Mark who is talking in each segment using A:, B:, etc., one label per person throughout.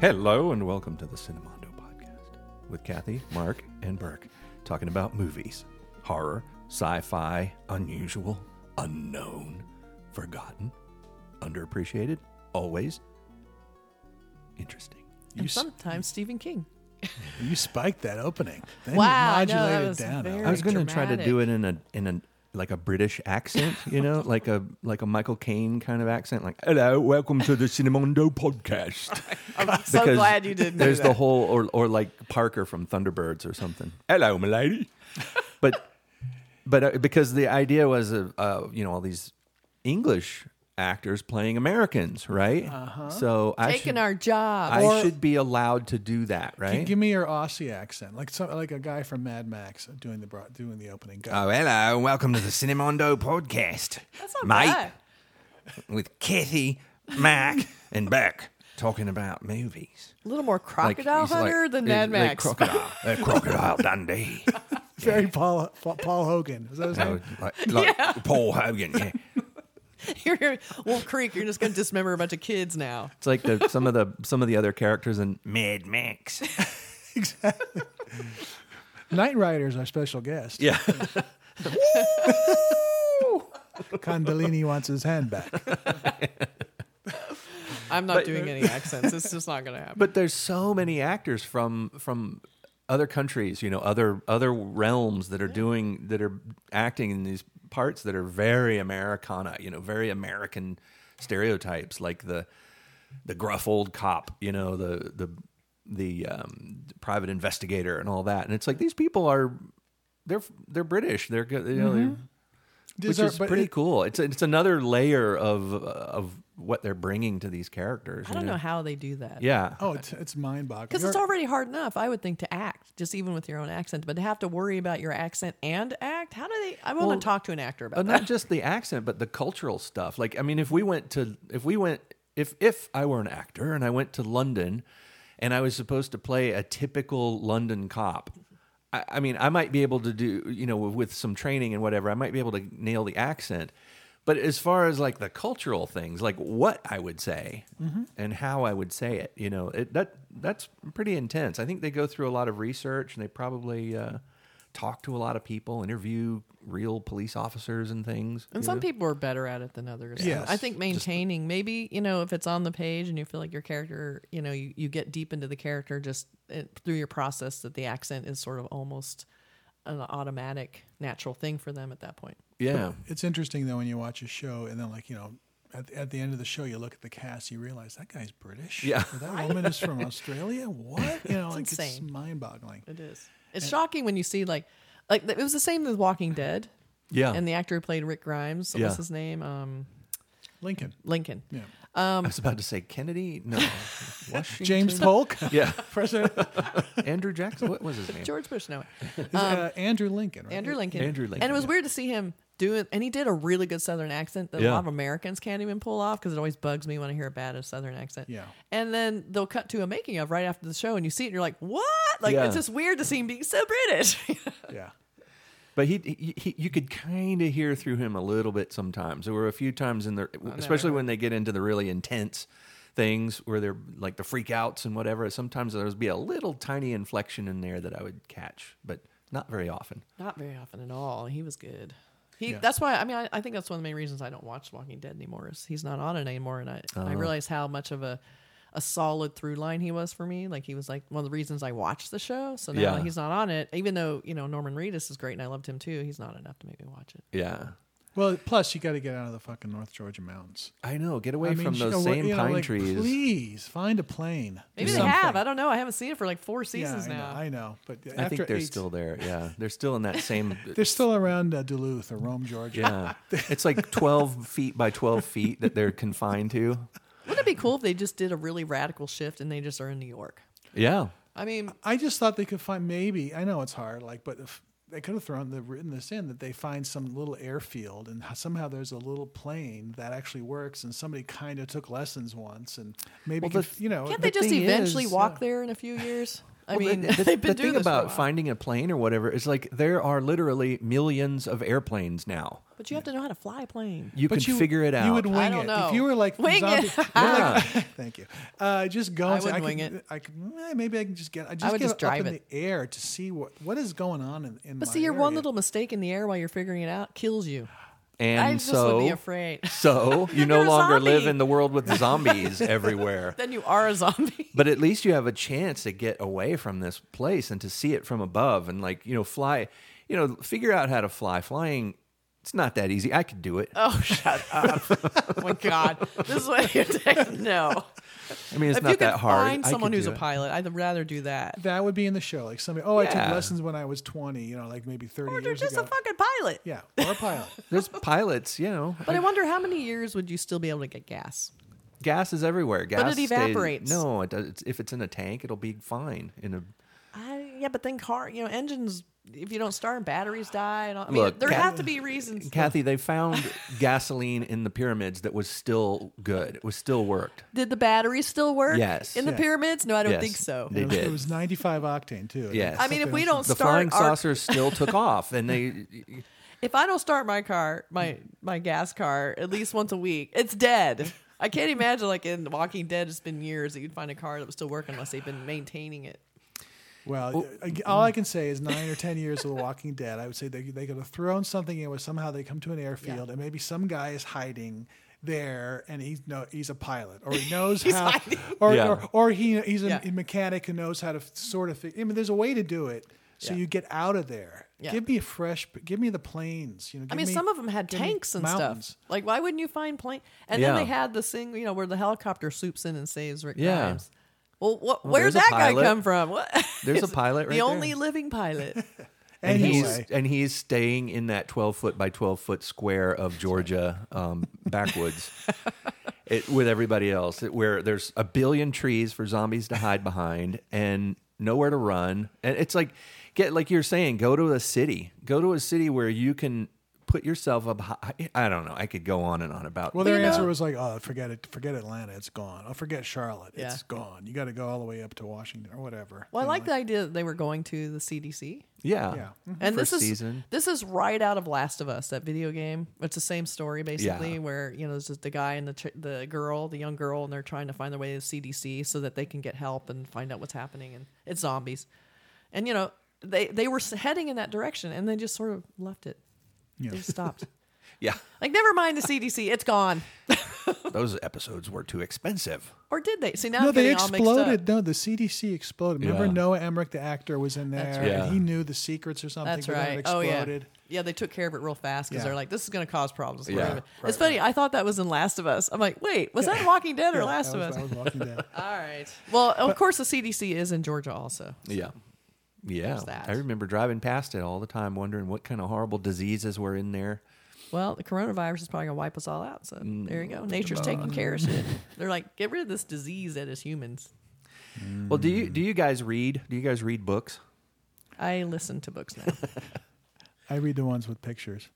A: Hello and welcome to the Cinemondo podcast with Kathy, Mark, and Burke talking about movies, horror, sci-fi, unusual, unknown, forgotten, underappreciated, always interesting.
B: And
C: s-
B: sometimes Stephen King.
C: You spiked that opening. Then
B: Wow, I
C: you
B: know, that
C: modulated
B: was
C: down.
B: very-
C: Alex.
A: I was going to try to do
B: dramatic.
A: it in a in a like a British accent, you know, like a like a Michael Caine kind of accent, like "Hello, welcome to the Cinemondo podcast."
B: I'm so
A: Because
B: glad you didn't. do
A: There's the
B: that.
A: whole, or or like Parker from Thunderbirds or something. Hello, milady. but but uh, because the idea was, uh, uh, you know, all these English actors playing Americans, right? So I
B: Uh-huh. taking
A: should,
B: our job.
A: I
B: Or-
A: should be allowed to do that,
C: G-
A: right?
C: Give me your Aussie accent, like some, like a guy from Mad Max doing the bro- doing the opening. Go.
A: oh, hello, welcome to the Cinemondo podcast,
B: That's not
A: mate,
B: bad.
A: with Kathy, Mac, and Beck talking about movies.
B: A little more
A: Like,
B: crocodile
A: he's like-
B: hunter than
A: he's
B: Mad
A: like
B: Max.
A: crocodile, uh, crocodile Dundee.
C: very Paul Paul- Paul Hogan. Is that his name?
A: like, like Paul Hogan. Yeah.
B: You're- Wolf Creek, you're just going to dismember a bunch of kids now.
A: It's like the, some of the some of the other characters in Mad Max.
C: exactly. Night Rider's our special guest.
A: Yeah,
C: Condolini wants his hand back.
B: I'm not doing any accents. It's just not going to happen.
A: but there's so many actors from from other countries, you know, other other realms that are doing that are acting in these parts that are very Americana, you know, very American stereotypes, like the the gruff old cop, you know, the the the um, private investigator and all that. And it's like these people are they're they're British. They're go- you know they're
C: Is
A: which
C: there-
A: is
C: but
A: pretty
C: it-
A: cool. It's it's another layer of of what they're bringing to these characters.
B: I
A: you
B: don't know how they do that.
A: Yeah.
C: Oh, it's it's mind boggling.
B: Because it's already hard enough, I would think, to act, just even with your own accent. But to have to worry about your accent and act, how do they? I want
A: Well,
B: to talk to an actor about
A: But
B: that.
A: Oh, not just the accent, but the cultural stuff. Like, I mean, if we went to, if we went, if if I were an actor and I went to London, and I was supposed to play a typical London cop, I, I mean, I might be able to do, you know, with, with some training and whatever, I might be able to nail the accent. But as far as like the cultural things, like what I would say and how I would say it, you know, it, that that's pretty intense. I think they go through a lot of research and they probably. Uh, talk to a lot of people, interview real police officers and things.
B: And
A: you
B: some
A: know?
B: people are better at it than others.
C: Yes.
B: I think maintaining, maybe, you know, if it's on the page and you feel like your character, you know, you, you get deep into the character just uh, through your process, that the accent is sort of almost an automatic, natural thing for them at that point.
A: yeah,
C: It's interesting though when you watch a show and then like you know. At, at the end of the show, you look at the cast, you realize that guy's British.
A: Yeah.
C: Or that woman is from Australia. What? You know, like it's
B: insane.
C: mind boggling.
B: It is. It's shocking when you see, like, like it was the same with Walking Dead.
A: yeah,
B: And the actor who played Rick Grimes,
A: Yeah.
B: what's his name? Um,
C: Lincoln.
B: Lincoln.
C: Yeah. um,
A: I was about to say Kennedy. No, Washington.
C: James Polk.
A: Yeah,
C: President uh,
A: Andrew Jackson. What was his name?
B: George Bush, no.
C: Is, uh, Andrew Lincoln. Right?
B: Andrew Lincoln.
A: Um, Andrew Lincoln,
B: And it was
A: yeah.
B: weird to see him do it. And he did a really good Southern accent that a
A: Yeah.
B: lot of Americans can't even pull off because it always bugs me when I hear a bad Southern accent.
C: Yeah.
B: And then they'll cut to a making of right after the show and you see it and you're like, what? Like,
A: Yeah.
B: it's just weird to see him being so British.
C: Yeah.
A: But he, he, he you could kind of hear through him a little bit sometimes. There were a few times in the, especially when they get into the really intense things where they're like the freakouts and whatever. Sometimes there would be a little tiny inflection in there that I would catch, but not very often.
B: Not very often at all. He was good. He, That's why, I mean, I, I think that's one of the main reasons I don't watch Walking Dead anymore is he's not on it anymore. And I, I
A: Uh-huh.
B: realize how much of a, a solid through line he was for me. Like he was like one of the reasons I watched the show. So now
A: Yeah.
B: he's not on it, even though, you know, Norman Reedus is great and I loved him too. He's not enough to make me watch it.
A: Yeah,
C: Well, plus you got to get out of the fucking North Georgia mountains.
A: I know. Get away
C: I mean,
A: from
C: you
A: those
C: know, what-
A: same
C: you know,
A: pine
C: like,
A: trees.
C: Please find a plane.
B: Maybe
C: Do
B: they have.
C: something.
B: I don't know. I haven't seen it for like four
C: Yeah,
B: seasons
C: I know,
B: now.
C: I know, but
A: I think they're
C: eight,
A: still there. Yeah, they're still in that same.
C: they're still around uh, Duluth or Rome, Georgia.
A: yeah, it's like twelve feet by twelve feet that they're confined to.
B: Wouldn't it be cool if they just did a really radical shift and they just are in New York?
A: Yeah,
B: I mean,
C: I just thought they could find maybe. I know it's hard, like, but if they could have thrown the written this in that they find some little airfield and how- somehow there's a little plane that actually works and somebody kind of took lessons once and maybe
A: Well,
C: could- you know
B: can't they
A: the
B: just
A: thing
B: eventually
A: is,
B: walk
C: yeah.
B: there in a few years? I mean,
A: the, the-
B: they've been
A: the
B: doing
A: thing
B: this for a
A: about
B: while.
A: finding a plane or whatever is like there are literally millions of airplanes now.
B: But you have to know how to fly a plane.
A: You
C: but
A: can
C: you,
A: figure it out.
C: You would wing
B: I don't
C: it
B: know.
C: if you were like
B: Wing
C: zombie,
B: it.
C: you're like- thank you. Uh, just go.
B: I
C: and say,
B: wouldn't
C: could-
B: wing it.
C: I could, eh, maybe I can just get. I just
B: would
C: get
B: just
C: up
B: drive
C: in
B: it.
C: the air to see what what is going on in. in
B: But
C: my
B: see, your one
C: area.
B: little mistake in the air while you're figuring it out kills you.
A: and
B: I just
A: so,
B: would be afraid.
A: so you no
B: You're a
A: longer
B: zombie.
A: live in the world with zombies everywhere.
B: then you are a zombie.
A: But at least you have a chance to get away from this place and to see it from above and like, you know, fly, you know, figure out how to fly. Flying, it's not that easy. I could do it.
B: Oh, shut up! oh my God, this is what you're taking. No,
A: I mean, it's
B: if
A: not
B: you
A: that
B: could
A: hard.
B: find
A: I
B: someone
A: could
B: who's
A: do
B: a
A: it.
B: pilot, I'd rather do that.
C: That would be in the show. Like somebody. Oh, I took
A: Yeah.
C: lessons when I was twenty. You know, like maybe thirty
B: Or you're
C: years
B: just
C: ago.
B: a fucking pilot.
C: yeah, or a pilot.
A: There's pilots, you know.
B: But I wonder how many years would you still be able to get gas?
A: Gas is everywhere. Gas
B: it
A: stays-
B: evaporates.
A: no, it does, it's, if it's in a tank, it'll be fine. In a
B: I, yeah, but then car, you know, engines. If you don't start, batteries die. And all, I mean,
A: Look,
B: there
A: Kat-
B: have to be reasons.
A: Kathy, they found gasoline in the pyramids that was still good. It was still worked.
B: Did the batteries still work?
A: Yes.
B: In the
C: Yeah.
B: pyramids? No, I don't
A: Yes.
B: think so.
A: They
C: it, was,
A: did.
C: it was ninety-five octane too.
A: Yes.
B: I mean, if we don't
A: The flying
B: start our,
A: saucers still took off, and they
B: if I don't start my car, my my gas car at least once a week, it's dead. I can't imagine like in Walking Dead, it's been years that you'd find a car that was still working unless they've been maintaining it.
A: Oh.
C: Well, ag- all I can say is nine or ten years of The Walking Dead. I would say they they could have thrown something in where somehow they come to an airfield and maybe some guy is hiding there and he's no he's a pilot or he knows how or,
A: Yeah.
C: or or he he's a
B: Yeah.
C: mechanic who knows how to f- sort of. fi- I mean, there's a way to do it so
B: Yeah.
C: you get out of there.
B: Yeah.
C: Give me a fresh. Give me the planes. You know.
B: I
C: give
B: mean,
C: me-
B: some of them had
C: give me
B: tanks and
C: mountains.
B: stuff. Like, why wouldn't you find plane? And then
A: Yeah.
B: they had this thing, you know, where the helicopter swoops in and saves Rick
A: Yeah.
B: Grimes. Well, what,
A: Well,
B: where'd
A: there's a
B: that guy
A: pilot.
B: come from? What?
A: There's a
B: It's
A: pilot right
B: the only
A: there.
B: living pilot.
A: and he's
C: Anyway,
A: and he's staying in that 12 foot by 12 foot square of Georgia um, backwoods it, with everybody else it- where there's a billion trees for zombies to hide behind and nowhere to run and it's like get like you're saying go to a city go to a city where you can put yourself up high. I don't know I could go on and on about
C: well, their
B: you know-
C: answer was like, "Oh, forget it. Forget Atlanta. It's gone. Oh, forget Charlotte.
B: Yeah.
C: It's gone. You got to go all the way up to Washington or whatever."
B: Well, I
C: You know,
B: like the idea that they were going to the CDC.
A: yeah
C: Yeah.
B: and
A: First
B: this is
A: season
B: this is right out of Last of Us, that video game. It's the same story basically,
A: Yeah.
B: where you know there's just the guy and the ch- the girl, the young girl, and they're trying to find their way to the CDC so that they can get help and find out what's happening. And it's zombies, and you know they they were s- heading in that direction, and they just sort of left it.
C: Yeah.
B: They just stopped.
A: yeah
B: like never mind the CDC, it's gone.
A: those episodes were too expensive
B: Or did they? See now
C: No,
B: I'm
C: they
B: getting all mixed up.
C: exploded. No, the CDC exploded. Remember
A: Yeah.
C: Noah Emmerich, the actor, was in there,
A: right.
C: and he knew the secrets or something.
B: That's
C: but then
B: right.
C: It
B: Oh yeah.
C: exploded.
B: Yeah, they took care of it real fast because
C: Yeah.
B: they're like, this is going to cause problems.
A: Yeah.
B: Whatever. it's funny. I thought that was in Last of Us. I'm like, wait, was that Walking Dead or
C: Yeah,
B: Last
C: that
B: of
C: was-
B: Us?
C: that was Walking Dead.
B: All right. Well, of course, the CDC is in Georgia also.
A: Yeah. Yeah.
B: that.
A: I remember driving past it all the time, wondering what kind of horrible diseases were in there.
B: Well, the coronavirus is probably going to wipe us all out. So
C: Mm,
B: there you go. Nature's taking care of shit. They're like, get rid of this disease that is humans.
A: Well, do you do you guys read? Do you guys read books?
B: I listen to books now.
C: I read the ones with pictures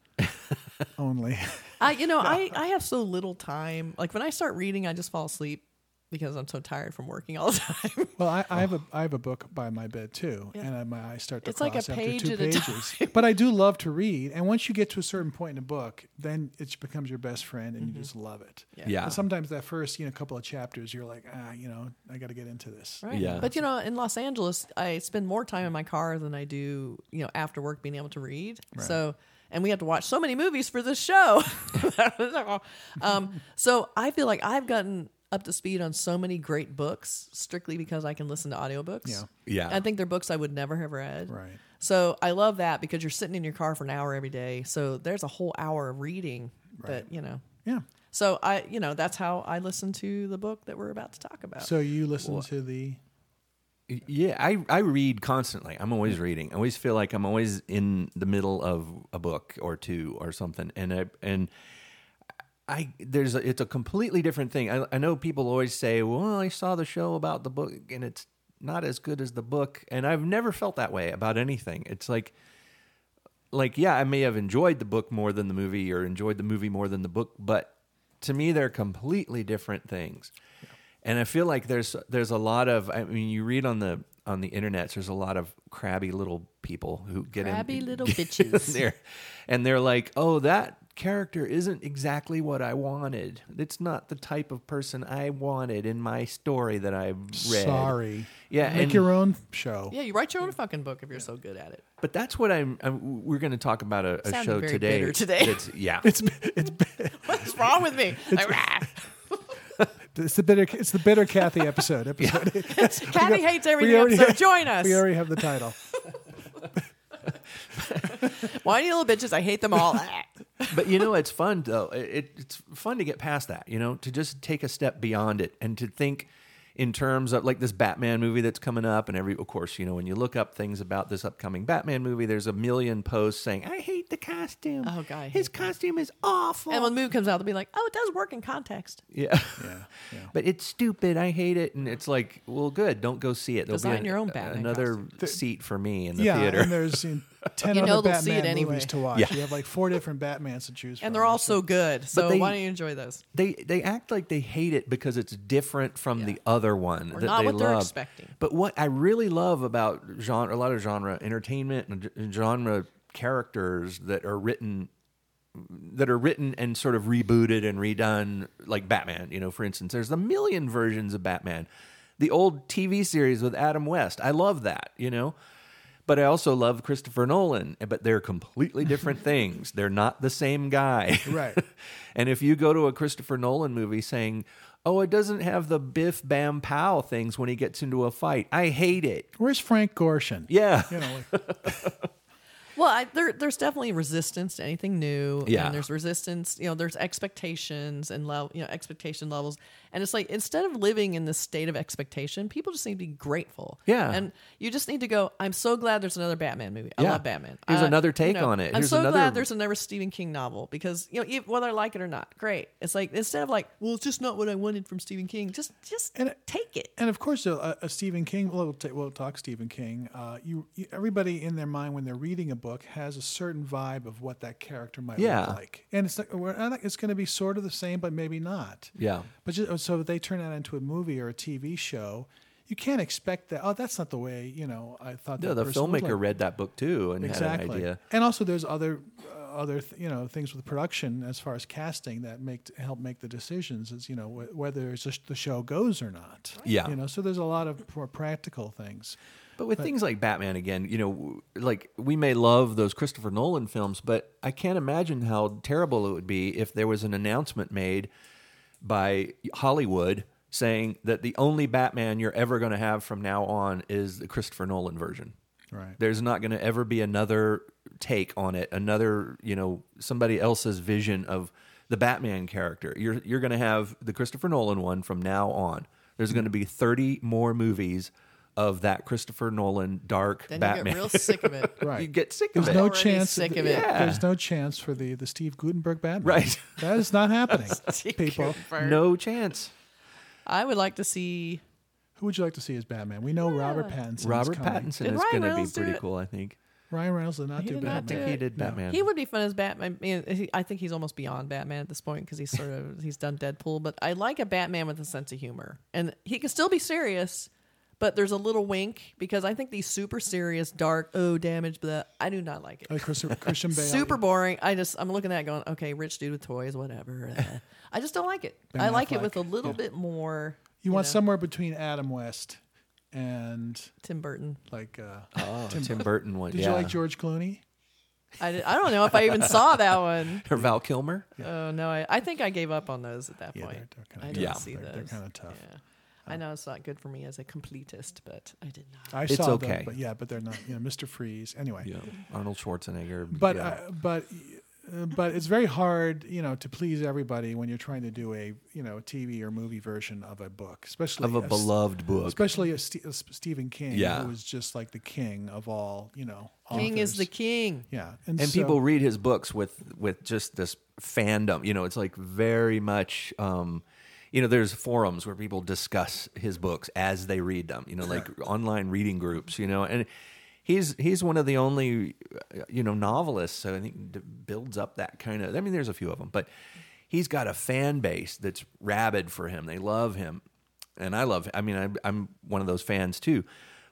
C: only.
B: I, you know, I, I have so little time. Like when I start reading, I just fall asleep because I'm so tired from working all the time.
C: Well, I, I have a I have a book by my bed too, and I, my eyes start
B: Oh.
C: to
B: It's like a
C: cross
B: page
C: after two
B: at a
C: pages. But I do love to read, and once you get to a certain point in a book, then it becomes your best friend, and
B: Mm-hmm.
C: you just love it.
A: Yeah.
C: And sometimes that first you know couple of chapters, you're like, ah, you know, I got to get into this.
B: Right.
A: Yeah.
B: But you know, in Los Angeles, I spend more time in my car than I do, you know, after work being able to read. So, and we have to watch so many movies for this show. um, so I feel like I've gotten up to speed on so many great books strictly because I can listen to audiobooks.
C: Yeah.
A: Yeah.
B: I think they're books I would never have read.
C: Right.
B: So I love that because you're sitting in your car for an hour every day. So there's a whole hour of reading that, you know.
C: Yeah.
B: So I, you know, that's how I listen to the book that we're about to talk about.
C: So you listen to the
A: Yeah, I, I read constantly. I'm always reading. I always feel like I'm always in the middle of a book or two or something. And I and I there's a, it's a completely different thing. I, I know people always say, "Well, I saw the show about the book, and it's not as good as the book." And I've never felt that way about anything. It's like like yeah, I may have enjoyed the book more than the movie or enjoyed the movie more than the book, but to me they're completely different things. And I feel like there's there's a lot of I mean you read on the on the internet, there's a lot of crabby little people who get
B: Crabby
A: in,
B: little
A: get in
B: bitches.
A: there, and they're like, "Oh, that character isn't exactly what I wanted. It's not the type of person I wanted in my story that I read."
C: Sorry.
A: Yeah,
C: Make
A: and-
C: your own show.
B: Yeah, you write your own fucking book if you're so good at it.
A: But that's what I'm. I'm we're going to talk about a, a
B: Sounded
A: show
B: very
A: today.
B: bitter today.
A: that's- yeah,
C: It's it's
B: What's wrong with me? Like, ah. rah.
C: it's the bitter it's the bitter Kathy episode episode.
B: Kathy hates everything.
C: already-
B: episode. Join us.
C: we already have the title.
B: Whiny little bitches. I hate them all. Ah.
A: but you know it's fun though It- it, it's fun to get past that you know to just take a step beyond it and to think in terms of like this batman movie that's coming up and every of course you know when you look up things about this upcoming batman movie there's a million posts saying i hate the costume
B: Oh, God, I hate
A: his
B: that.
A: costume is awful
B: and when the movie comes out, they'll be like, "Oh, it does work in context.
A: yeah
C: Yeah. yeah.
A: but it's stupid i hate it and it's like well good don't go see it there'll
B: Design
A: be an-
B: your own Batman
A: another seat for me in the
C: yeah,
A: theater
C: and there's you know, ten
B: You know
C: other
B: they'll see
C: Batman
B: it anyway.
C: movies to watch.
A: Yeah.
C: You have like four different Batmans to choose from.
B: And they're all so good. So
A: they-
B: why don't you enjoy those?
A: they they act like they hate it because it's different from the other one
B: Or
A: that
B: not
A: they
B: what
A: love.
B: they're expecting.
A: But what I really love about genre, a lot of genre entertainment and g- genre characters that are written that are written and sort of rebooted and redone, like Batman. You know, for instance, there's a million versions of Batman. The old TV series with Adam West, I love that. You know. But I also love Christopher Nolan, eh, but they're completely different things. They're not the same guy.
C: Right.
A: And if you go to a Christopher Nolan movie saying, "Oh, it doesn't have the biff bam pow things when he gets into a fight," I hate it.
C: Where's Frank Gorshin?
A: Yeah,
C: You know, like,
B: Well, I, there, there's definitely resistance to anything new.
A: Yeah.
B: And there's resistance, you know, there's expectations and level, you know, expectation levels. And it's like instead of living in this state of expectation, people just need to be grateful.
A: Yeah.
B: And you just need to go, I'm so glad there's another Batman movie. I
A: Yeah.
B: love Batman.
A: Here's
B: Uh,
A: another take
B: you know,
A: on it.
B: I'm
A: Here's
B: so
A: another-
B: glad there's another Stephen King novel because, you know, e- whether I like it or not, great. It's like instead of like, well, it's just not what I wanted from Stephen King, just just
C: And-
B: take it.
C: and of course, a, a Stephen King. Well, we'll, ta- we'll talk Stephen King. Uh, you, you, everybody in their mind when they're reading a book has a certain vibe of what that character might
A: Yeah.
C: look like, and it's like we're, I think it's going to be sort of the same, but maybe not.
A: yeah,
C: But just, so if they turn that into a movie or a TV show, you can't expect that. Oh, that's not the way you know. I thought
A: yeah.
C: that
A: The
C: person looked
A: filmmaker
C: like.
A: read that book too and had an
C: exactly.
A: idea.
C: And also, there's other uh, other th- you know things with production as far as casting that make help make the decisions is you know wh- whether it's just the show goes or not.
A: Yeah.
C: You know, so there's a lot of more practical things.
A: But with things like Batman again, you know, w- like we may love those Christopher Nolan films, but I can't imagine how terrible it would be if there was an announcement made by Hollywood saying that the only Batman you're ever going to have from now on is the Christopher Nolan version.
C: Right.
A: There's not going to ever be another take on it, another, you know, somebody else's vision of the Batman character. You're you're going to have the Christopher Nolan one from now on. There's going to be 30 more movies of that Christopher Nolan dark
B: Then
A: Batman.
B: you get real sick of it.
C: Right.
A: You get sick
C: there's
A: of
C: no
A: it.
B: Already
C: chance.
B: sick
C: that-
B: of it.
A: Yeah.
C: There's no chance for the the Steve Gutenberg Batman.
A: Right.
C: That is not happening, people.
B: Confirmed.
A: No chance.
B: I would like to see
C: Who would you like to see as Batman? We know Robert Pattinson.
A: Robert
C: coming.
A: Pattinson
B: Did
A: is
B: Ryan
A: going to be
B: Reynolds do
A: pretty
B: it?
A: cool, I think.
C: Ryan Reynolds did not
B: He
C: do
B: did
C: Batman.
B: not do
A: I
B: it.
A: think he did Batman.
B: He would be fun as Batman. I, mean, he- I think he's almost beyond Batman at this point because he's sort of he's done Deadpool. But I like a Batman with a sense of humor, and he can still be serious, but there's a little wink because I think these super serious, dark, oh damage, blah. I do not like it.
C: Like Christian, Uh, Christian Bale.
B: Super boring. I just I'm looking at it going, okay, rich dude with toys, whatever. Uh, I just don't like it.
C: Ben
B: I like it
C: Affleck,
B: with a little
C: yeah.
B: bit more.
C: You want
B: know,
C: somewhere between Adam West and
B: Tim Burton.
C: like uh,
A: Oh, Tim, Burton one.
C: Did
A: yeah.
C: you like George Clooney?
B: I, did- I don't know if I even saw that one.
A: or Val Kilmer?
B: Oh no, I, I think I gave up on those at that
C: Yeah,
B: point.
C: they're, they're
B: I
C: kind
B: didn't
C: of
A: Yeah.
C: tough.
B: see
C: They're,
B: those.
C: kind of tough.
B: Yeah. I know it's not good for me as a completist, but I did not.
C: I
A: It's
C: saw
A: okay.
C: them, but yeah, but they're not. You know, Mr. Freeze. Anyway,
A: Yeah. Arnold Schwarzenegger.
C: but
A: yeah.
C: uh, but uh, but it's very hard, you know, to please everybody when you're trying to do a you know TV or movie version of a book, especially
A: of a
C: s-
A: beloved book.
C: especially a, Ste a S- Stephen King,
A: Yeah.
C: who was just like the king of all, you know,
B: King is the
C: authors.
B: king.
C: yeah,
A: and
C: so-
A: people read his books with with just this fandom you know it's like very much um you know there's forums where people discuss his books as they read them you know like online reading groups you know and he's he's one of the only uh, you know novelists so i think d- builds up that kind of i mean there's a few of them but he's got a fan base that's rabid for him they love him and i love i mean I, i'm one of those fans too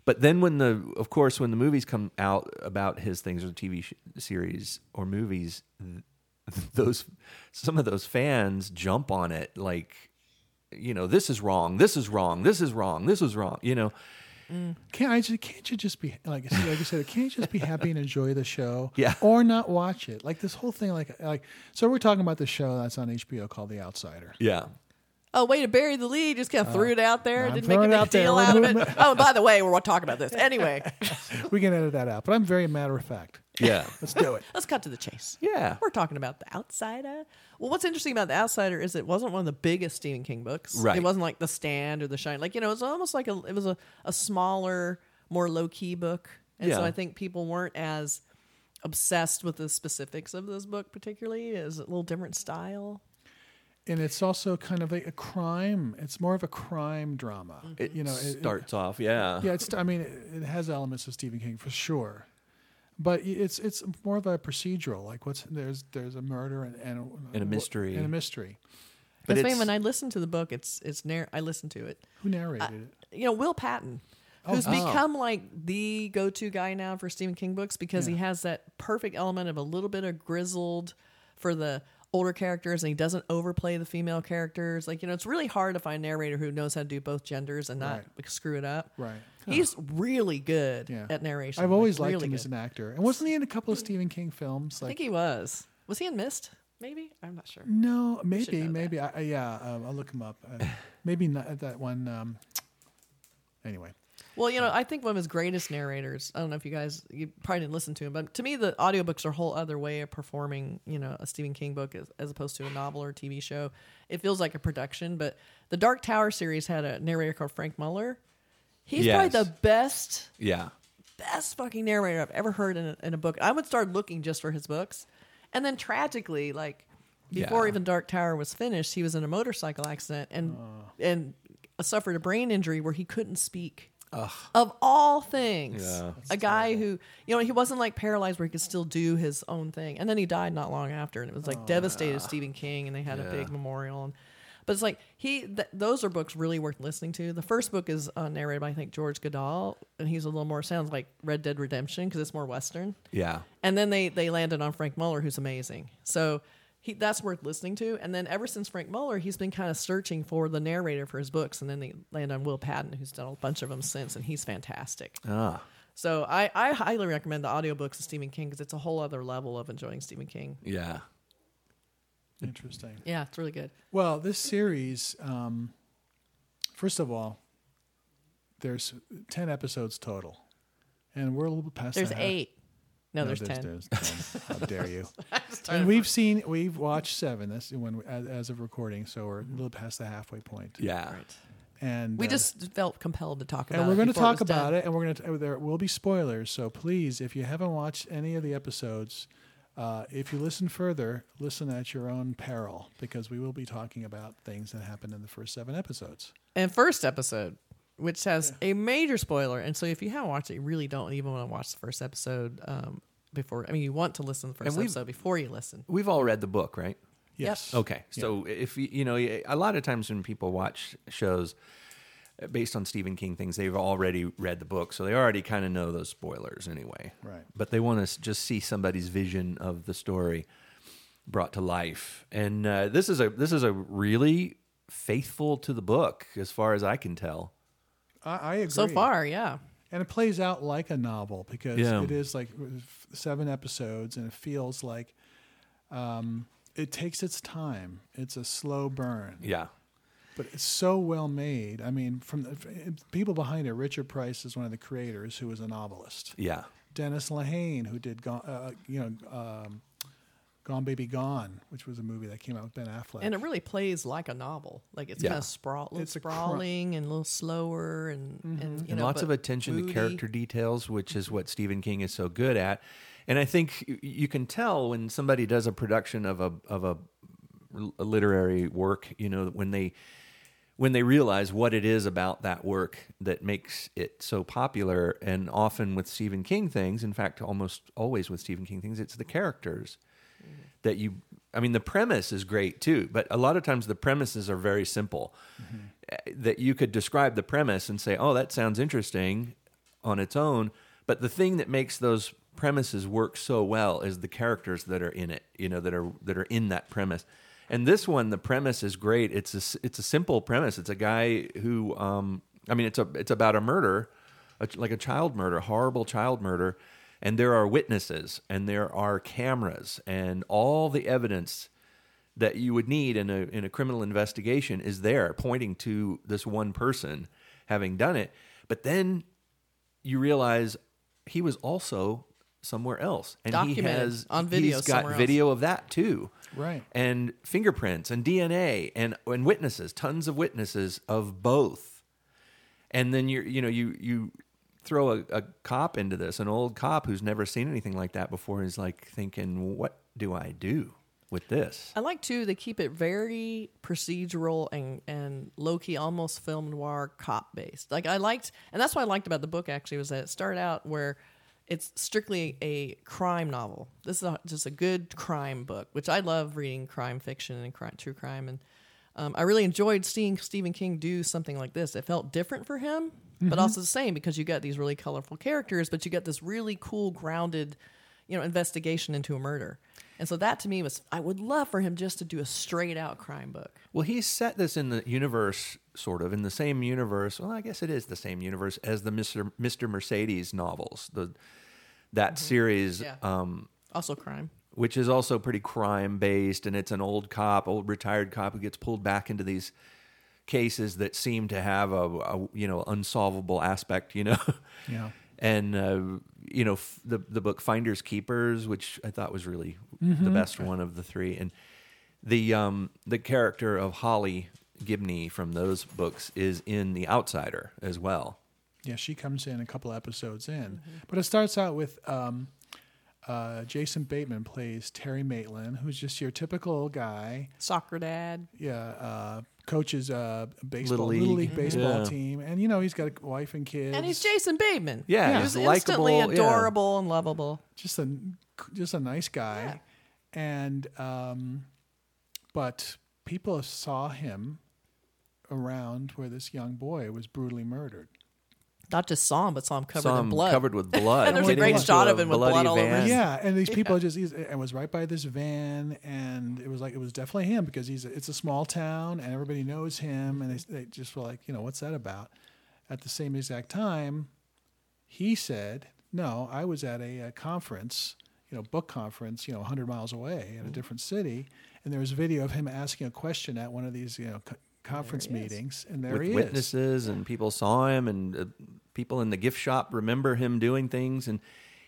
A: But then when the of course when the movies come out about his things or TV sh- series or movies, th- those some of those fans jump on it like, you know, this is wrong, this is wrong, this is wrong, this is wrong. You know,
C: Can't I just can't you just be like I said- like you said? Can't you just be happy and enjoy the show?
A: Yeah.
C: Or not watch it? Like this whole thing. Like like so we're talking about the show that's on HBO called The Outsider.
A: yeah.
B: Oh, way to bury the lead. Just kind of threw it out there.
C: Oh, I'm
B: Didn't make a
C: throwing
B: big
C: it out there.
B: deal
C: We're
B: out of
C: doing
B: it. Oh, and by the way, we're talking about this. Anyway,
C: We can edit that out, but I'm very matter of fact.
A: Yeah.
C: Let's do it.
B: let's cut to the chase.
A: Yeah.
B: We're talking about The Outsider. Well, what's interesting about The Outsider is it wasn't one of the biggest Stephen King books.
A: Right.
B: It wasn't like The Stand or The Shine. Like, you know, it was almost like a, it was a, a smaller, more low key book. And so
A: Yeah.
B: I think people weren't as obsessed with the specifics of this book, particularly. It was a little different style.
C: And it's also kind of like a crime. It's more of a crime drama.
A: It
C: you know, it- it-
A: starts off, yeah.
C: yeah it's i mean it, it has elements of stephen king for sure but i- it's it's more of a procedural like what's there's there's a murder and and,
A: And a mystery.
C: and a mystery
A: But
B: That's why
A: it's-
B: when I listened to the book, it's it's narr- I listened to it.
C: who narrated it
B: you know Will Patton, who's
A: oh.
B: become like the go-to guy now for Stephen King books because he has that perfect element of a little bit of grizzled for the older characters, and he doesn't overplay the female characters. Like you know, it's really hard to find a narrator who knows how to do both genders and not
C: Right.
B: like, screw it up.
C: Right.
B: He's really good
C: yeah
B: at narration.
C: i've
B: like,
C: always liked
B: really
C: him
B: good.
C: as an actor and wasn't he in a couple of stephen king films
B: I
C: like
B: think he was. Was he in Mist? Maybe I'm not sure.
C: no
B: know
C: maybe
B: that.
C: maybe I, I- yeah um, i'll look him up uh, maybe not that one um, anyway
B: Well, you know, I think one of his greatest narrators, I don't know if you guys, you probably didn't listen to him, but to me, the audiobooks are a whole other way of performing, you know, a Stephen King book as, as opposed to a novel or TV show. It feels like a production, but the Dark Tower series had a narrator called Frank Muller. He's probably
A: Yes.
B: the best,
A: yeah.
B: best fucking narrator I've ever heard in a, in a book. I would start looking just for his books. And then tragically, like before
A: Yeah.
B: even Dark Tower was finished, he was in a motorcycle accident and, and suffered a brain injury where he couldn't speak of all things
A: Yeah.
B: a guy who you know he wasn't like paralyzed where he could still do his own thing and then he died not long after and it was like devastated stephen king and they had a big memorial and but it's like he th- those are books really worth listening to the first book is uh, narrated by i think george godal and he's a little more sounds like red dead redemption because it's more western
A: Yeah.
B: and then they they landed on Frank Muller, who's amazing. So he that's worth listening to. And then ever since Frank Muller, he's been kind of searching for the narrator for his books. And then they land on Will Patton, who's done a bunch of them since, and he's fantastic.
A: Ah.
B: So I, I highly recommend the audiobooks of Stephen King because it's a whole other level of enjoying Stephen King.
A: Yeah.
C: interesting
B: Yeah, it's really good.
C: Well, this series, um, first of all, there's ten episodes total, and we're a little bit past.
B: There's
C: the half-
B: eight. No,
C: No,
B: there's, ten.
C: there's 10. How dare you?
B: I'm just trying
C: And
B: to-
C: we've seen, we've watched seven. That's when, we- as, as of recording, so we're a little past the halfway point.
A: Yeah.
B: Right.
C: And
B: We
C: uh,
B: just felt compelled to talk about
C: and we're
B: it.
C: going to
B: before it
C: talk
B: was done.
C: about it, and we're going to there will be spoilers. So please, if you haven't watched any of the episodes, uh, if you listen further, listen at your own peril because we will be talking about things that happened in the first seven episodes.
B: and first episode, which has a major spoiler. And so if you haven't watched it, you really don't even want to watch the first episode um, before. I mean, you want to listen to the first
A: we've-
B: episode before you listen.
A: We've all read the book, right?
C: Yes.
A: Okay. So if you you know, a lot of times when people watch shows uh, based on Stephen King things, they've already read the book, so they already kind of know those spoilers anyway.
C: Right.
A: But they want to just see somebody's vision of the story brought to life, and uh, this is a this is a really faithful to the book as far as I can tell.
C: I, I agree.
B: So far, yeah.
C: and it plays out like a novel because
A: Yeah.
C: it is like uh, f- seven episodes, and it feels like um, it takes its time. It's a slow burn,
A: Yeah.
C: but it's so well made. I mean, from the, f- people behind it, Richard Price is one of the creators, who was a novelist.
A: Yeah.
C: Dennis Lehane, who did Gone, uh, you know, um, Gone Baby Gone, which was a movie that came out with Ben Affleck.
B: And it really plays like a novel. Like it's
A: Yeah.
B: kind of sprawl, little
C: It's a cr- Mm-hmm.
B: sprawling and a little slower and, and you
A: and
B: know,
A: lots of
B: but
A: attention
B: moody.
A: to character details, which is what Stephen King is so good at. And I think y- you can tell when somebody does a production of a of a, a literary work, you know, when they when they realize what it is about that work that makes it so popular. And often with Stephen King things, in fact, almost always with Stephen King things, it's the characters that you i mean the premise is great too but a lot of times the premises are very simple Uh, that you could describe the premise and say oh that sounds interesting on its own. But the thing that makes those premises work so well is the characters that are in it, you know, that are that are in that premise. And this one, the premise is great. It's a s- it's a simple premise. It's a guy who, um, I mean, it's a it's about a murder, a, like a child murder, horrible child murder, and there are witnesses and there are cameras and all the evidence that you would need in a in a criminal investigation is there, pointing to this one person having done it. But then you realize he was also somewhere else, and he
B: Documented
A: has
B: on video
A: He's got
B: somewhere else.
A: video of that too,
C: Right.
A: And fingerprints and DNA and and witnesses, tons of witnesses of both. And then you you know you you throw a, a cop into this, an old cop who's never seen anything like that before. Is like thinking, what do I do with this?
B: I like too. They keep it very procedural and and low key, almost film noir, cop based. Like I liked, and that's what I liked about the book. Actually, was that it started out where it's strictly a crime novel. This is a, just a good crime book, which I love reading crime fiction and crime, true crime. And um, I really enjoyed seeing Stephen King do something like this. It felt different for him,
A: Mm-hmm.
B: but also the same because you got these really colorful characters, but you got this really cool, grounded you know investigation into a murder and so that to me was i would love for him just to do a straight out crime book
A: Well, he set this in the universe, sort of in the same universe. Well, I guess it is the same universe as the Mister Mister Mercedes novels, the that series,
B: Yeah.
A: um,
B: also crime
A: which is also pretty crime based, and it's an old cop, old retired cop who gets pulled back into these cases that seem to have a, a you know unsolvable aspect, you know.
C: Yeah.
A: And uh, you know f- the the book Finders Keepers, which I thought was really
C: Mm-hmm.
A: the best one of the three, and the um the character of Holly Gibney from those books is in The Outsider as well.
C: Yeah, she comes in a couple episodes in,
B: Mm-hmm.
C: but it starts out with um, uh, Jason Bateman plays Terry Maitland, who's just your typical guy.
B: soccer dad
C: Yeah, uh, coaches uh, a
A: Little
C: baseball little
A: league.
C: league, baseball
A: Yeah.
C: team, and you know he's got a wife and kids,
B: and he's jason bateman
A: Yeah,
B: he
A: he's
B: was instantly
A: likable, yeah.
B: adorable and lovable
C: just a just a nice guy, and um, but people saw him around where this young boy was brutally murdered.
B: not just saw him but saw him covered
A: Some
B: in blood
A: covered with blood.
B: There's
C: a
A: getting
C: great
A: into
B: shot of him with
A: bloody
B: blood all over
A: van.
B: his-
C: Yeah, and these people just he's- it was right by this van, and it was like it was definitely him because he's a, it's a small town and everybody knows him, and they, they just were like, you know, what's that about? At the same exact time, he said, "No, I was at a, uh conference, you know, book conference, you know, 100 miles away
B: Mm.
C: in a different city, and there was video of him asking a question at one of these, you know." Co- conference meetings and there
A: with
C: he is
A: witnesses and people saw him and uh, people in the gift shop remember him doing things and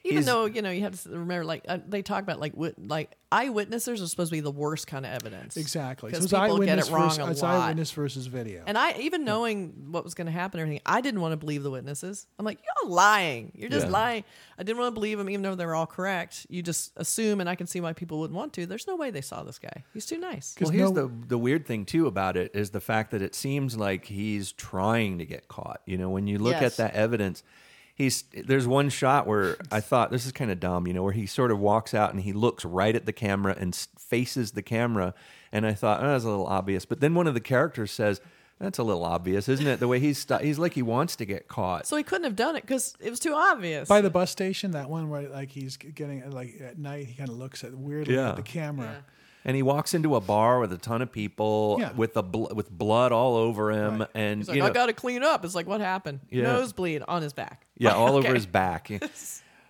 B: even
A: he's-
B: though you know you have to remember like uh, they talk about like wit- like eyewitnesses are supposed to be the worst kind of evidence
C: exactly
B: because
C: it's
B: people get it
C: eyewitness
B: wrong
C: versus,
B: a
C: it's
B: lot
C: eyewitness versus video
B: And I, even knowing what was going to happen and everything, I didn't want to believe the witnesses. I'm like, you're lying. You're just
A: Yeah.
B: lying. I didn't want to believe them, even though they were all correct. You just assume, and I can see why people wouldn't want to. There's no way they saw this guy. He's too nice.
A: well
C: 'Cause
A: here's
C: no-
A: the the weird thing too about it is the fact that it seems like he's trying to get caught you know when you look
B: Yes.
A: at that evidence he's there's one shot where i thought this is kind of dumb you know where he sort of walks out and he looks right at the camera and s- faces the camera and i thought oh, that's a little obvious but then one of the characters says that's a little obvious isn't it the way he's stu- he's like he wants to get caught
B: So he couldn't have done it because it was too obvious.
C: by the bus station that one where like he's getting uh, like at night he kind of looks at weirdly
A: Yeah.
C: at the camera
A: And he walks into a bar with a ton of people,
C: Yeah.
A: with a bl- with blood all over him, and
B: He's like,
A: you
B: I
A: know-
B: got to clean up. It's like, what happened?
A: Yeah.
B: Nosebleed on his back.
A: yeah, all
B: Okay.
A: over his back.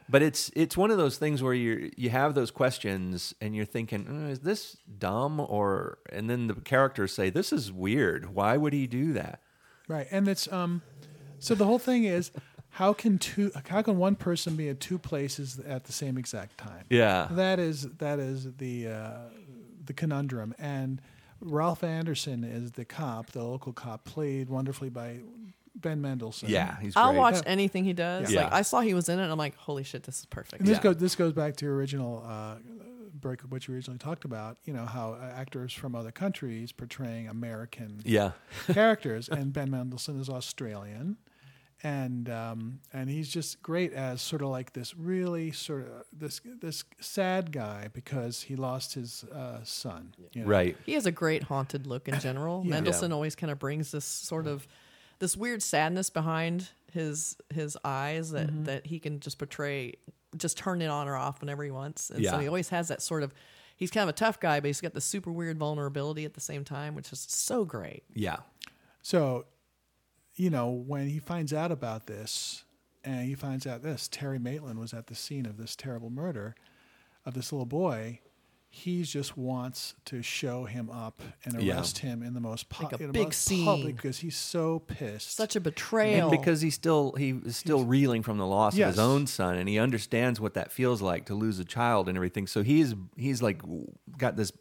A: but it's it's one of those things where you you have those questions and you're thinking, "Mm, is this dumb or? And then the characters say, this is weird. Why would he do that?
C: right and it's um so the whole thing is how can two how can one person be at two places at the same exact time
A: Yeah,
C: that is that is the uh, the conundrum and Ralph Anderson is the cop the local cop played wonderfully by Ben Mendelsohn
A: yeah, he's.
B: I'll
A: great.
B: watch anything he does.
A: Yeah.
B: Like, I saw he was in it, and I'm like, holy shit, this is perfect.
C: And this
A: Yeah.
C: goes this goes back to your original uh, break of what you originally talked about. You know how uh, actors from other countries portraying American
A: Yeah,
C: characters, and Ben Mendelsohn is Australian, and um, and he's just great as sort of like this really sort of this this sad guy because he lost his uh, son. you know?
A: right.
B: He has a great haunted look in general. Mendelsohn
A: Yeah.
B: always kind of brings this sort of this weird sadness behind his his eyes that
A: Mm-hmm.
B: that he can just portray, just turn it on or off whenever he wants. And
A: Yeah.
B: so he always has that sort of. He's kind of a tough guy, but he's got the super weird vulnerability at the same time, which is so great.
A: Yeah.
C: So, you know, when he finds out about this, and he finds out this Terry Maitland was at the scene of this terrible murder of this little boy, he just wants to show him up and
A: Yeah.
C: arrest him in the most pu-
B: Like a
C: in the
B: big
C: most
B: scene.
C: public because he's so pissed.
B: Such a betrayal.
A: Because he's still he is still reeling from the loss of
C: Yes.
A: his own son, and he understands what that feels like to lose a child and everything. So he's he's like got this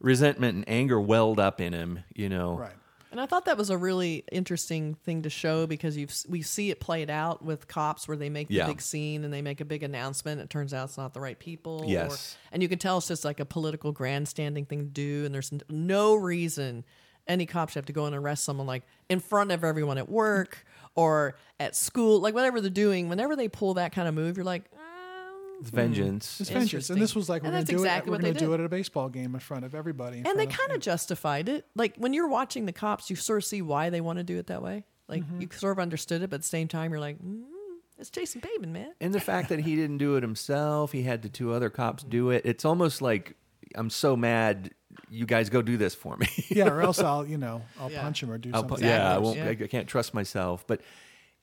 A: resentment and anger welled up in him, you know.
C: right.
B: And I thought that was a really interesting thing to show because you've we see it played out with cops where they make the
A: Yeah.
B: big scene and they make a big announcement. It turns out it's not the right people. or-
A: Yes.
B: and you can tell it's just like a political grandstanding thing to do. And there's n- no reason any cop should have to go and arrest someone like in front of everyone at work or at school, like whatever they're doing. Whenever they pull that kind of move, you're like, um,
A: It's vengeance.
C: Mm-hmm. It's vengeance, and this was like we're
B: And
C: going
B: that's
C: to do
B: exactly
C: it. We're
B: what they
C: going to do
B: did.
C: it at a baseball game in front of everybody. in
B: and they
C: front
B: kind of justified it. Like when you're watching the cops, you sort of see why they want to do it that way. Like you sort of understood it, but at the same time, you're like, mm, it's Jason Bateman, man.
A: And the fact that he didn't do it himself, he had the two other cops do it. It's almost like I'm so mad. You guys go do this for me.
C: yeah, or else I'll you know I'll
B: Yeah.
C: punch him or do
A: I'll pu-
C: something.
A: yeah, I
B: Exactly,
A: won't.
B: yeah.
A: I, I can't trust myself. But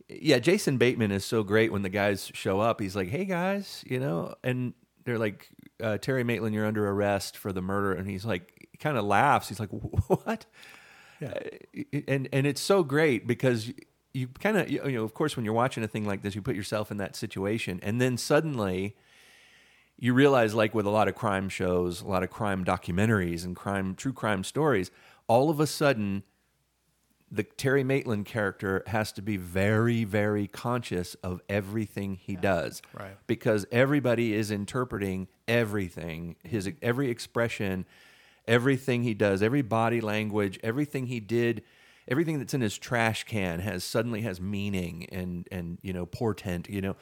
A: yeah, Jason Bateman is so great when the guys show up. He's like, "Hey guys," you know, and they're like, uh, "Terry Maitland, you're under arrest for the murder," and he's like, he kind of laughs. He's like, "What?"
C: Yeah.
A: Uh, and and it's so great because you, you kind of you know, of course, when you're watching a thing like this, you put yourself in that situation, and then suddenly you realize like with a lot of crime shows, a lot of crime documentaries and crime true crime stories, all of a sudden the Terry Maitland character has to be very very conscious of everything he does.
C: Right.
A: Because everybody is interpreting everything, his e, every expression, everything he does, every body language, everything he did, everything that's in his trash can has suddenly has meaning and and you know portent, you know.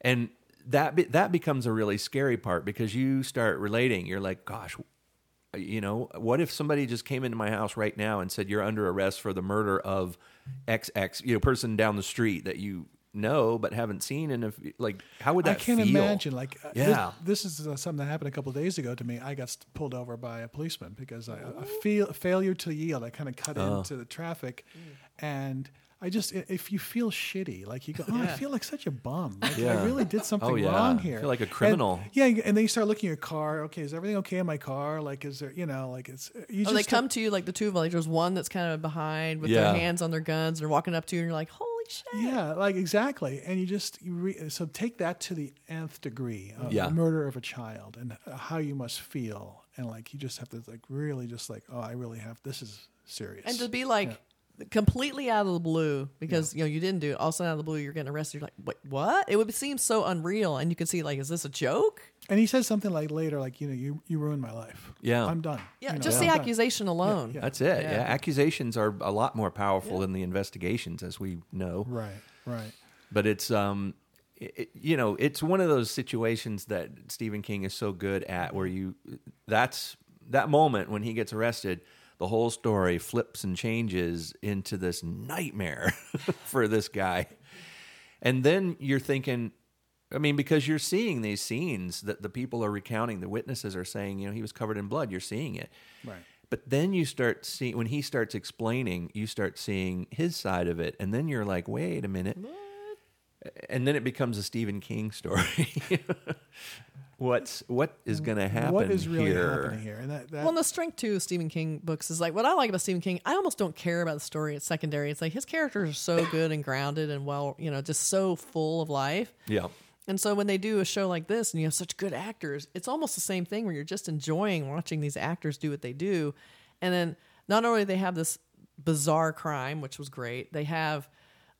A: And that be, that becomes a really scary part because you start relating. You're like, gosh, uh, you know, what if somebody just came into my house right now and said you're under arrest for the murder of XX, you know, person down the street that you know but haven't seen and if like how would
C: I
A: that
C: can't
A: feel?
C: imagine. Like, uh, this-
A: Yeah.
C: this, is uh, something that happened a couple of days ago to me. I got st- pulled over by a policeman because I, a feel, failure to yield. I kind of cut
A: Uh.
C: into the traffic,
B: Mm.
C: and I just i- if you feel shitty, like you go, oh, I feel like such a bum. Like, I
A: Yeah. Oh,
C: really did something
A: yeah.
C: wrong
A: I
C: here.
A: feel like a
C: And-
A: criminal.
C: yeah, and then you start looking at your car. Okay, is everything okay in my car? Like, is there you know like it's you
B: Or
C: just
B: Oh, they come to you like the two villagers, one that's kind of behind with
A: Yeah.
B: their hands on their guns, and they're walking up to you, and you're like, holy shit.
C: Yeah, like exactly. And you just you re, so take that to the nth degree of
A: Yeah.
C: the murder of a child and uh, how you must feel and like you just have to like really just like oh I really have this is serious.
B: And to be like completely out of the blue because you know you didn't do it. All of a sudden, out of the blue, you're getting arrested. You're like, wait, what? It would seem so unreal, and you can see like, is this a joke?
C: and he says something like later like you know you you ruined my life.
A: Yeah.
C: I'm done.
B: Yeah,
C: You know,
B: just
C: I'm
B: the
C: done.
B: accusation alone.
A: That's it. Yeah.
B: Yeah.
A: Accusations are a lot more powerful than the investigations as we know.
C: Right, right.
A: but it's um it, it- you know it's one of those situations that Stephen King is so good at where you that's that moment when he gets arrested the whole story flips and changes into this nightmare for this guy and then you're thinking I mean, because you're seeing these scenes that the people are recounting, the witnesses are saying, you know, he was covered in blood. You're seeing it.
C: Right.
A: But then you start seeing, when he starts explaining, you start seeing his side of it. And then you're like, wait a minute. And then it becomes a Stephen King story. What's, what is going to happen
C: What is really
A: here?
C: happening here? And that, that
B: Well, and the strength too of Stephen King books is like what I like about Stephen King. I almost don't care about the story; it's secondary. It's like his characters are so good and grounded and well, you know, just so full of life.
A: Yeah.
B: And so when they do a show like this and you have such good actors, it's almost the same thing where you're just enjoying watching these actors do what they do. And then not only they have this bizarre crime, which was great, they have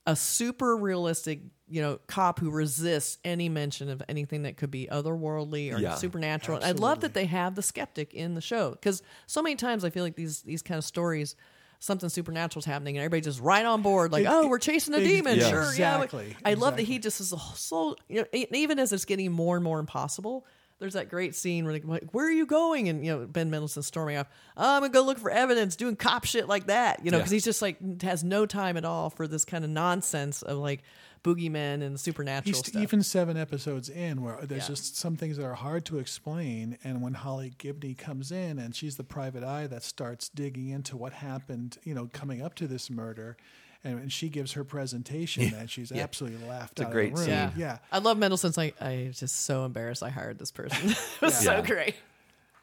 B: a super realistic, you know, cop who resists any mention of anything that could be otherworldly or
A: Yeah.
B: supernatural. And I love that they have the skeptic in the show because so many times I feel like these these kind of stories, something supernatural's happening and everybody just right on board, like,
C: It-
B: oh, we're chasing a
C: it-
B: demon,
C: Yeah.
B: sure, yeah.
C: Exactly,
B: I love that
C: exactly.
B: he he just is so you know e- even as it's getting more and more impossible there's that great scene where like, where are you going? And you know, Ben Mendelsohn storming off. I'm gonna go look for evidence, doing cop shit like that. You know,
A: Yeah.
B: because he's just like has no time at all for this kind of nonsense of like boogeymen and supernatural
C: He's
B: stuff.
C: even seven episodes in where uh, there's
B: Yeah.
C: just some things that are hard to explain. And when Holly Gibney comes in and she's the private eye that starts digging into what happened, you know, coming up to this murder, and, and she gives her presentation and she's
A: Yeah.
C: absolutely laughed
A: It's a
C: out
A: great
C: of the room.
A: scene.
B: yeah.
C: yeah.
B: I love Mendelsohn's like I was just so embarrassed I hired this person. it was
A: Yeah.
B: so great.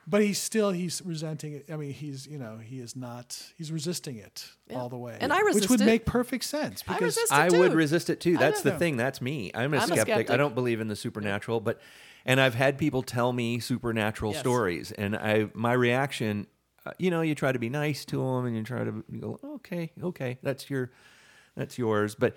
C: But he's still he's resenting it. I mean, he's you know he is not he's resisting it
B: Yeah.
C: all the way.
B: And I
C: which would
B: resist it.
C: make perfect sense because
B: resist it.
A: I would
B: too.
A: resist it too. That's
B: don't
A: the
B: know.
A: thing. That's me. I'm a,
B: I'm a
A: skeptic. I
B: skeptic.
A: don't believe in the supernatural, but and I've had people tell me supernatural
B: Yes.
A: stories, and I my reaction, uh, you know, you try to be nice to them, and you try to you go, okay, okay, that's your, that's yours. But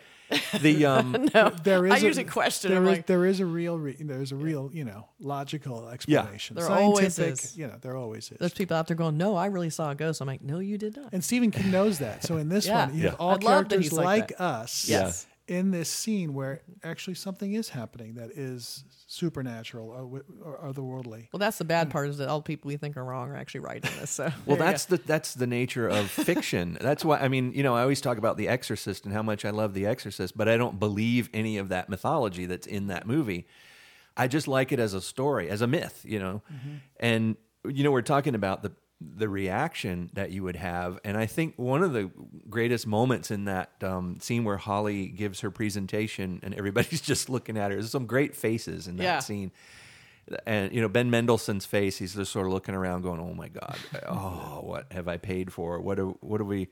A: the um,
C: there is
B: I usually question,
C: there
B: I'm
C: is-
B: like-
C: there is a real re, there's a real you know logical explanation.
B: There always is.
C: You know there always is.
B: There's people out there going, "No, I really saw a ghost." I'm like, "No, you did not."
C: and Stephen King knows that. So in this
B: Yeah.
C: one, you
A: Yeah.
C: have all
B: I'd love that
C: characters
B: he's like
C: like, us.
A: Yeah. Yes.
C: In this scene where actually something is happening that is supernatural or, wi- or otherworldly.
B: Well, that's the
C: Mm.
B: bad part is that all the people we think are wrong are actually right in this. So
A: Well,
B: there you
A: that's the that's the nature of fiction. that's why I mean, you know, I always talk about The Exorcist and how much I love The Exorcist, but I don't believe any of that mythology that's in that movie. I just like it as a story, as a myth, you know.
B: Mm-hmm.
A: And you know, we're talking about the the reaction that you would have, and I think one of the greatest moments in that um, scene where Holly gives her presentation and everybody's just looking at her. There's some great faces in that
B: Yeah.
A: scene and you know Ben Mendelsohn's face. He's just sort of looking around, going, "Oh my god, oh what have I paid for? What have, what have we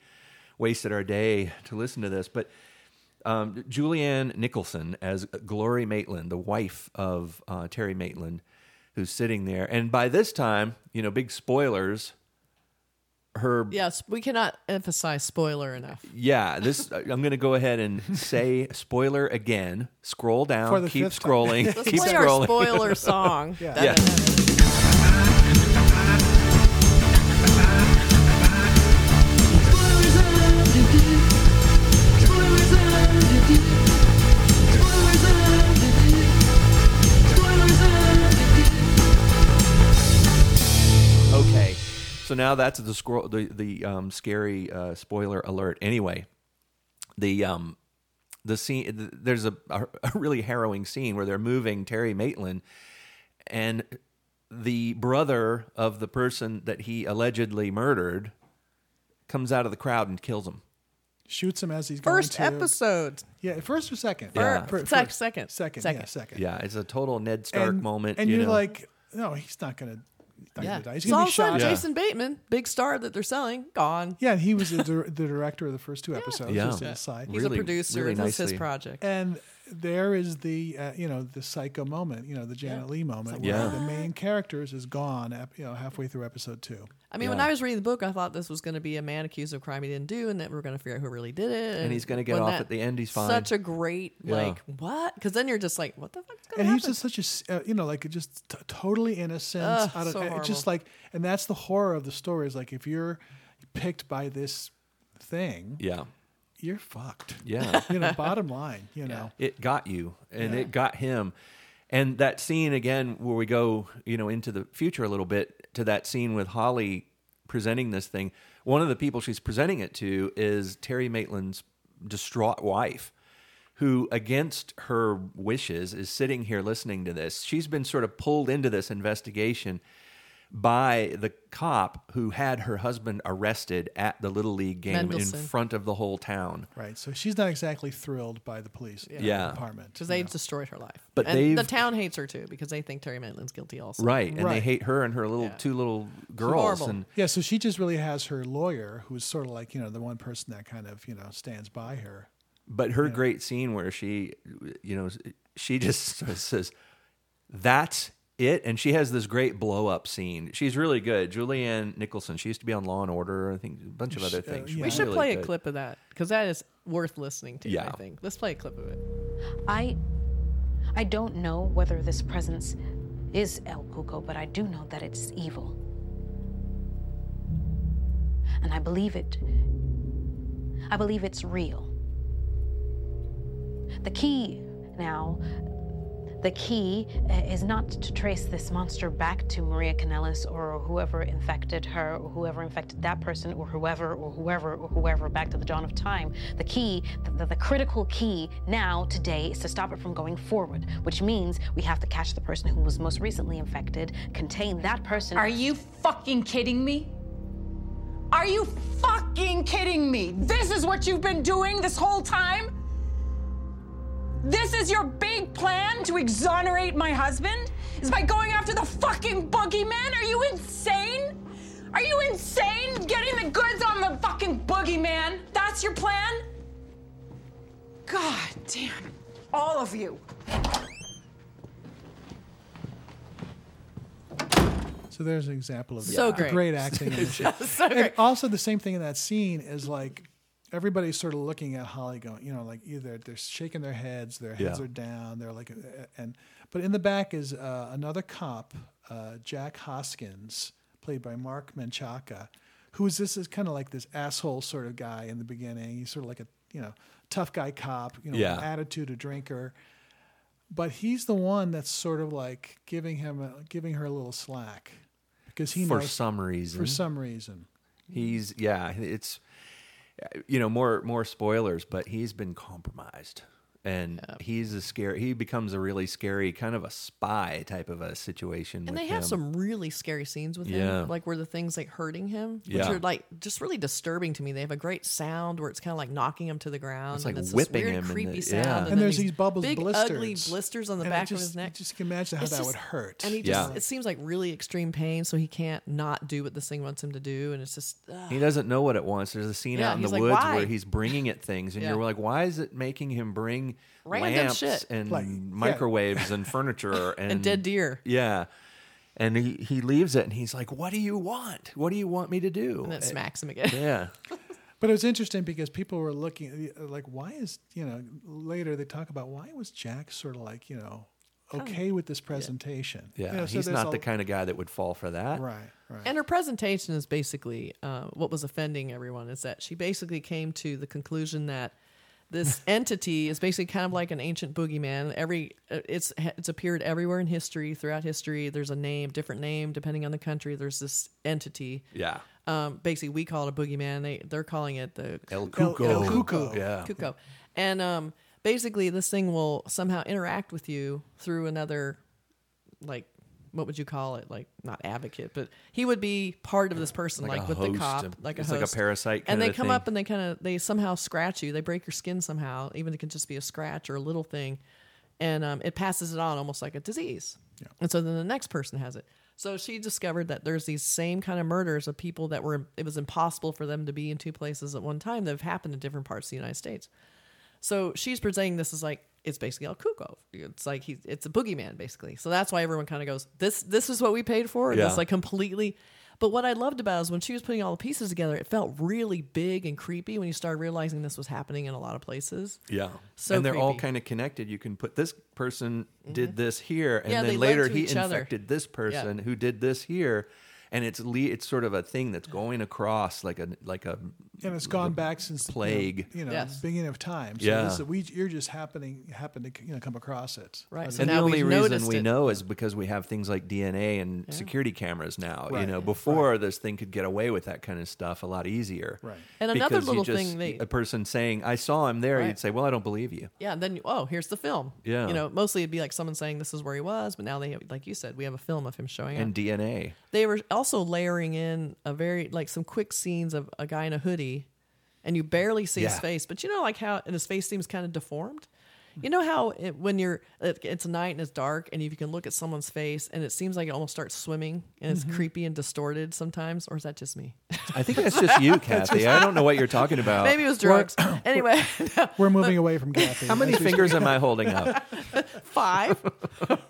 A: wasted our day to listen to this?" But um, Julianne Nicholson as Glory Maitland, the wife of uh, Terry Maitland, who's sitting there, and by this time, you know, big spoilers. Her
B: go. yes, we cannot emphasize spoiler enough.
A: yeah, this I'm going to go ahead and say spoiler again. Scroll down,
C: For the
A: keep
C: fifth time.
A: scrolling,
B: Let's
A: keep
B: play
A: scrolling.
B: our spoiler song.
C: Yeah.
B: That-
A: Yeah.
B: that-
A: Okay. So now that's the scroll, the the um, scary uh, spoiler alert. Anyway, the um, the scene th- there's a, a really harrowing scene where they're moving Terry Maitland and the brother of the person that he allegedly murdered comes out of the crowd and kills him.
C: Shoots him as he's
B: First
C: going to.
B: episode.
C: Yeah, first or second?
A: Yeah.
C: Fir-
B: Sec-
C: first.
B: second.
C: Second. Yeah,
B: Second.
C: second.
A: Yeah, it's a total Ned Stark
C: and,
A: moment.
C: And
A: you
C: are
A: know.
C: like, no, he's not going to
B: Yeah.
C: die. He's
B: So
C: going
B: all of
C: to be
B: a sudden,
C: shot.
A: Yeah.
C: Yeah.
B: Jason Bateman, big star that they're selling, gone.
C: and he was the, dir- the director of the first two episodes,
A: Yeah.
C: just
A: Yeah.
C: an aside.
B: He's
A: Really-
B: a producer.
A: really
B: this is
A: nicely.
B: his project.
C: And there is the, uh, you know, the psycho moment, you know, the Janet Lee moment where
A: Yeah.
C: the main characters is gone, ep- you know, halfway through episode two.
B: I mean, when
A: Yeah.
B: I was reading the book, I thought this was going to be a man accused of crime he didn't do, and that we are going to figure out who really did it. And,
A: he's gonna get
B: when
A: off
B: that-
A: at the end, he's fine.
B: Such a great
A: Yeah.
B: like what? Because then you're just like, what the fuck's going
C: And
B: to
C: he's
B: happen?
C: just such a, s- uh, you know, like just t- totally innocent.
B: Ugh,
C: out of,
B: so
C: uh, it's just
B: horrible.
C: like, and that's the horror of the story is like, if you're picked by this thing,
A: yeah,
C: you're fucked.
A: yeah.
C: You know, bottom line, you know.
A: it got you and it got him and that scene again where we go you know into the future a little bit to that scene with holly presenting this thing one of the people she's presenting it to is terry maitland's distraught wife who against her wishes is sitting here listening to this she's been sort of pulled into this investigation by the cop who had her husband arrested at the little league game
B: Mendelsohn.
A: in front of the whole town
C: Right. So she's not exactly thrilled by the police
A: Yeah.
C: department.
B: because
C: you
B: they've
C: know.
B: destroyed her life.
A: But
B: and the
A: they've-
B: town hates her too because they think Terry Maitland's guilty also.
A: Right, and they
C: Right.
A: hate her and her little
B: Yeah.
A: two little girls,
B: horrible.
A: and
C: Yeah, so she just really has her lawyer who's sort of like, you know, the one person that kind of, you know, stands by her.
A: but her great scene where she, you know, she just sort of says, "That's it," and she has this great blow up scene. She's really good, Julianne Nicholson. She used to be on Law and Order, I think, a bunch of other things. She
C: yeah.
B: We
A: was
B: should
A: really
B: play a
A: good.
B: clip of that because that is worth listening to.
A: Yeah.
B: I think let's play a clip of it.
D: I I don't know whether this presence is El Cuco, but I do know that it's evil. And I believe it. I believe it's real. The key now, The key uh, is not to trace this monster back to Maria Canellis or whoever infected her or whoever infected that person or whoever or whoever or whoever back to the dawn of time. The key, the, the, the critical key now, today, is to stop it from going forward, which means we have to catch the person who was most recently infected, contain that person.
E: Are you fucking kidding me? Are you fucking kidding me? This is what you've been doing this whole time? This is your big plan to exonerate my husband? Is by going after the fucking boogeyman? Are you insane? Are you insane? Getting the goods on the fucking boogeyman? That's your plan? God damn. All of you.
C: So there's an example of
B: So
C: the
B: great.
C: great acting. in the show.
B: So
C: and
B: great.
C: also the same thing in that scene is like everybody's sort of looking at Holly going, you know, like either they're shaking their heads, their heads
A: Yeah.
C: are down, they're like, uh, and but in the back is uh, another cop, uh, Jack Hoskins, played by Mark Menchaca, who is this is kind of like this asshole sort of guy in the beginning. He's sort of like a you know tough guy cop, you know,
A: Yeah.
C: attitude, a drinker. But he's the one that's sort of like giving him, a, giving her a little slack, because he
A: for
C: knows
A: some reason.
C: for some reason.
A: he's yeah, it's you know more more spoilers, but he's been compromised, and he's a scary. He becomes a really scary kind of a spy type of a situation.
B: And
A: with
B: they have
A: him.
B: some really scary scenes with
A: Yeah.
B: him, like where the things like hurting him, which
A: Yeah.
B: are like just really disturbing to me. They have a great sound where it's kind of like knocking him to the ground.
A: It's like
B: and it's
A: whipping
B: this weird,
A: him and
B: creepy
A: the-
B: sound.
A: yeah. And
B: then
C: there's these bubbles,
B: big ugly
C: blisters.
B: blisters on the
C: And it
B: back
C: just,
B: of his neck.
C: you just can imagine how
B: It's
C: that
B: just-
C: would hurt.
B: And he
A: Yeah.
B: just, it seems like really extreme pain, so he can't not do what this thing wants him to do. And it's just, uh, ugh.
A: He doesn't know what it wants. There's a scene
B: Yeah,
A: out in the
B: he's like,
A: woods
B: "Why?"
A: where he's bringing it things, and
B: Yeah.
A: you're like, "Why is it making him bring
B: Random
A: lamps
B: shit.
A: and
C: Like, yeah.
A: microwaves and furniture and,
B: dead deer.
A: Yeah, and he he leaves it, and he's like, "What do you want? What do you want me to do?"
B: and then it
A: Uh,
B: smacks him again.
A: Yeah,
C: But it was interesting because people were looking uh, like, why is you know later they talk about why was Jack sort of like you know okay with this presentation?
A: yeah.
C: You know, so
A: he's
C: there's
A: not
C: a-
A: the kind of guy that would fall for that.
C: Right, right.
B: And her presentation is basically uh, what was offending everyone is that she basically came to the conclusion that this entity is basically kind of like an ancient boogeyman. Every uh, it's it's appeared everywhere in history, throughout history. There's a name, different name depending on the country. There's this entity.
A: Yeah,
B: Um, basically, we call it a boogeyman. They they're calling it the
A: El
C: El-
A: Cuco.
C: El Cuco.
A: Yeah,
B: Cuckoo. And um, basically, this thing will somehow interact with you through another, like, what would you call it? Like, not advocate, but he would be part of this person,
A: Like
B: like,
A: a
B: with
A: host,
B: the cop,
A: a-
B: like
A: it's
B: a
A: like a
B: host.
A: parasite
B: And
A: kinda
B: they come
A: thing.
B: up and they kind of they somehow scratch you. They break your skin somehow, even if it can just be a scratch or a little thing, and um, it passes it on almost like a disease. And so then the next person has it. So she discovered that there's these same kind of murders of people that were it was impossible for them to be in two places at one time that have happened in different parts of the United States. So she's presenting this as like it's basically El Cuco. It's like he's it's a boogeyman basically. So that's why everyone kind of goes this this is what we paid for. And
A: Yeah.
B: It's like completely. But what I loved about it is when she was putting all the pieces together, it felt really big and creepy when you started realizing this was happening in a lot of places.
A: Yeah.
B: So
A: and they're all
B: creepy. Mm-hmm.
A: kind of connected. You can put this person did this here, and
B: Yeah, they
A: then
B: led
A: later
B: to
A: he
B: each other.
A: infected this person who did this here, and it's le- it's sort of a thing that's going across like a like a
C: and it's gone back since you know,
A: plague.
C: you know,
B: Yes.
C: beginning of time. So
A: Yeah.
C: this, we you're just happening happened to you know come across it.
B: Right.
C: But
B: So
A: and the
B: now
A: only
B: we've
A: reason
B: noticed
A: we
B: it.
A: know is because we have things like DNA and security cameras now. You
C: Right.
A: know, before this thing could get away with that kind of stuff a lot easier.
C: Right.
B: And another
A: Because you
B: little
A: just-
B: thing they-
A: a person saying, "I saw him there,"
B: Right.
A: you'd say, "Well, I don't believe you."
B: Yeah, and then oh, here's the film.
A: Yeah.
B: you know, mostly it'd be like someone saying this is where he was, but now they have, like you said, we have a film of him showing up.
A: And DNA.
B: they were also layering in a very like some quick scenes of a guy in a hoodie and you barely see
A: Yeah.
B: his face but you know like how and his face seems kind of deformed you know how it, when you're it, it's night and it's dark and if you can look at someone's face and it seems like it almost starts swimming and it's
A: Mm-hmm.
B: creepy and distorted sometimes or is that just me
A: I think that's just you, Kathy. I don't know what you're talking about.
B: maybe it was drugs anyway
C: We're moving away from Kathy.
A: How many fingers am I holding up?
B: five.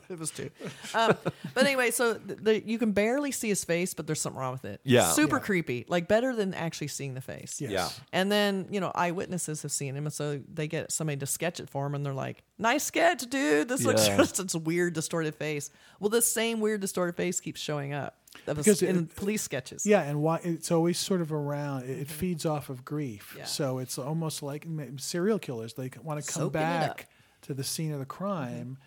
B: it was two. Um, but anyway, so th the, you can barely see his face, but there's something wrong with it.
A: Yeah.
B: Super creepy. Like better than actually seeing the face.
C: Yes.
A: Yeah.
B: And then, you know, eyewitnesses have seen him. And so they get somebody to sketch it for him. And they're like, nice sketch, dude. This looks
A: Yeah.
B: just it's a weird, distorted face. Well, this same weird, distorted face keeps showing up of us
C: Because it-
B: in police sketches.
C: Yeah, and why it's always sort of around. It, it feeds off of grief,
B: Mm. Yeah.
C: so it's almost like m- serial killers. They want to come
B: Soaking it up. Mm-hmm.
C: back to the scene of the crime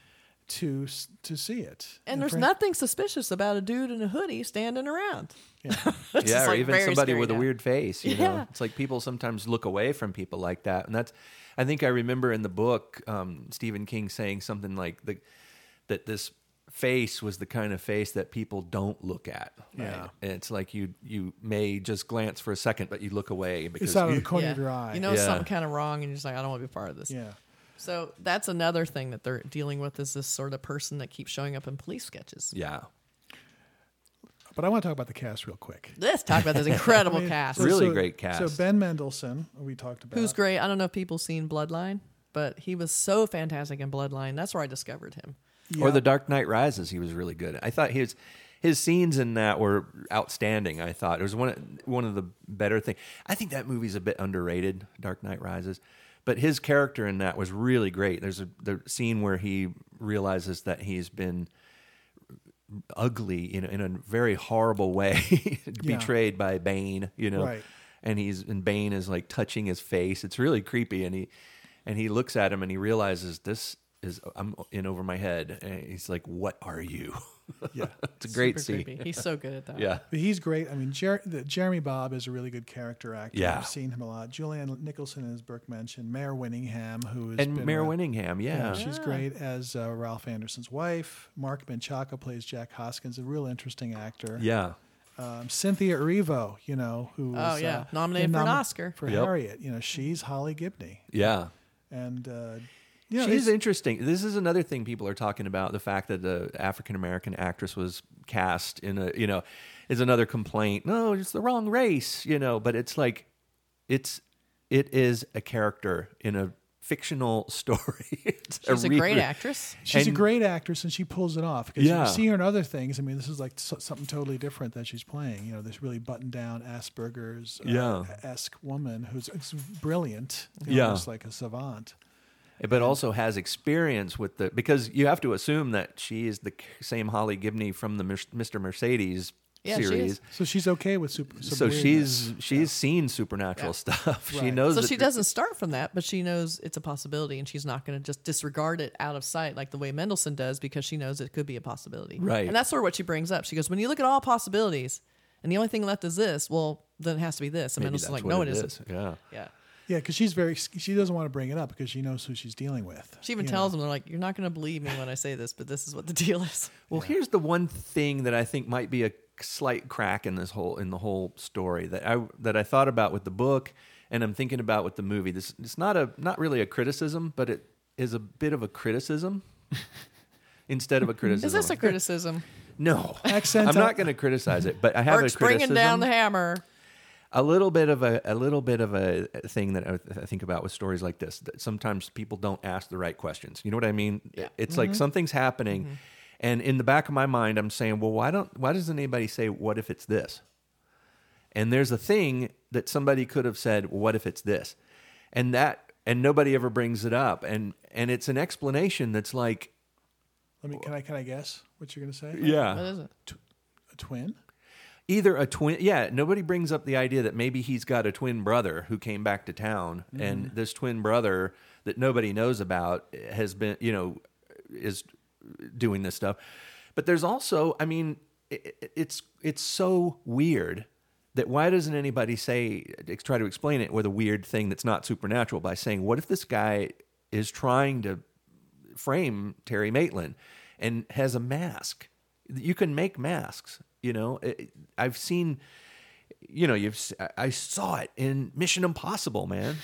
C: to s- to see it.
B: And there's
C: for-
B: nothing suspicious about a dude in a hoodie standing around. It's
A: yeah,
B: just,
A: or
B: like,
A: even
B: very
A: somebody
B: scary
A: with a
B: now.
A: weird face. You
B: Yeah.
A: know, it's like people sometimes look away from people like that, and that's. I think I remember in the book um, Stephen King saying something like the that this face was the kind of face that people don't look at.
C: Yeah.
A: and it's like you you may just glance for a second, but you look away because
C: It's out of
A: you-
C: the corner of your eye.
B: You know
A: Yeah.
B: something kind of wrong, and you're just like, I don't want to be part of this.
C: yeah.
B: So that's another thing that they're dealing with is this sort of person that keeps showing up in police sketches.
A: yeah.
C: But I want to talk about the cast real quick.
B: Let's talk about this incredible cast.
A: Really great cast.
C: So Ben Mendelsohn, we talked about.
B: Who's great? I don't know if people seen Bloodline, but he was so fantastic in Bloodline. That's where I discovered him.
A: Or The Dark Knight Rises, he was really good. I thought his his scenes in that were outstanding. I thought it was one one of the better things. I think that movie's a bit underrated, Dark Knight Rises, but his character in that was really great. There's a the scene where he realizes that he's been ugly in in a very horrible way, betrayed by Bane, you know.
C: Right.
A: And he's and Bane is like touching his face. It's really creepy and he and he looks at him and he realizes this is I'm in over my head and he's like what are you?
C: Yeah.
A: It's a great
B: Super
A: scene.
B: creepy. He's so good at that.
A: Yeah.
C: But he's great. I mean, Jer- the, Jeremy Bob is a really good character actor.
A: Yeah.
C: I've seen him a lot. Julianne Nicholson is Burke mentioned. Mayor Winningham, who is
A: And Mayor Winningham, yeah.
B: Ah.
C: She's great as uh, Ralph Anderson's wife. Mark Menchaca plays Jack Hoskins, a real interesting actor.
A: Yeah.
C: Um, Cynthia Erivo, you know, who
B: Oh,
C: was
B: yeah.
C: uh,
B: Nominated for an Oscar.
C: for
A: Yep.
C: Harriet. You know, she's Holly Gibney,
A: Yeah.
C: and uh, you know,
A: She's
C: it's-
A: interesting. This is another thing people are talking about: the fact that the African American actress was cast in a, you know, is another complaint. No, it's the wrong race, you know. But it's like, it's it is a character in a fictional story. It's
B: She's a
A: re-
B: great actress.
C: She's a
A: And-
C: great actress, and she pulls it off because
A: Yeah.
C: you see her in other things. I mean, this is like so, something totally different that she's playing. You know, this really buttoned down Asperger's uh,
A: Yeah.
C: esque woman who's it's brilliant. You know,
A: Yeah.
C: just like a savant.
A: but also has experience with the because you have to assume that she is the same Holly Gibney from the Mr. Mercedes
B: Yeah, she is.
A: series.
C: So she's okay with super.
A: So
C: subordinate.
A: she's she's seen supernatural stuff. She
C: Right.
A: knows
B: So
A: that
B: she
A: the-
B: doesn't start from that, but she knows it's a possibility, and she's not going to just disregard it out of sight like the way Mendelssohn does, because she knows it could be a possibility.
A: Right.
B: And that's sort of what she brings up. She goes, "When you look at all possibilities, and the only thing left is this, well, then it has to be this." And
A: Maybe
B: Mendelssohn's
A: that's
B: like,
A: what
B: "No, it isn't."
A: is. Yeah.
B: Yeah.
C: yeah, because she's very. She doesn't want to bring it up because she knows who she's dealing with.
B: She even
C: you
B: tells
C: know.
B: them, "They're like, you're not going to believe me when I say this, but this is what the deal is."
A: Well, here's the one thing that I think might be a slight crack in this whole in the whole story that I that I thought about with the book and I'm thinking about with the movie. This it's not a not really a criticism, but it is a bit of a criticism instead of a criticism.
B: Is this a criticism?
A: no
C: Accent
A: I'm
C: on-
A: not going to criticize it, but I have
B: Burke's
A: a criticism.
B: bringing down the hammer.
A: a little bit of a a little bit of a thing that I, I think about with stories like this that sometimes people don't ask the right questions. You know what I mean? It's like
B: Mm-hmm.
A: something's happening, and in the back of my mind, I'm saying, well, why don't why doesn't anybody say what if it's this? And there's a thing that somebody could have said, well, what if it's this? And that and nobody ever brings it up, and and it's an explanation that's like,
C: Let me. Can I? Can I guess what you're going to say?
B: What is it?
C: A twin.
A: either a twin yeah nobody brings up the idea that maybe he's got a twin brother who came back to town and this twin brother that nobody knows about has been you know is doing this stuff but there's also i mean i i- it's it's so weird that why doesn't anybody say try to explain it with a weird thing that's not supernatural by saying what if this guy is trying to frame Terry Maitland and has a mask. You can make masks, you know. It- I've seen you know, you've s- I- I saw it in Mission Impossible, man.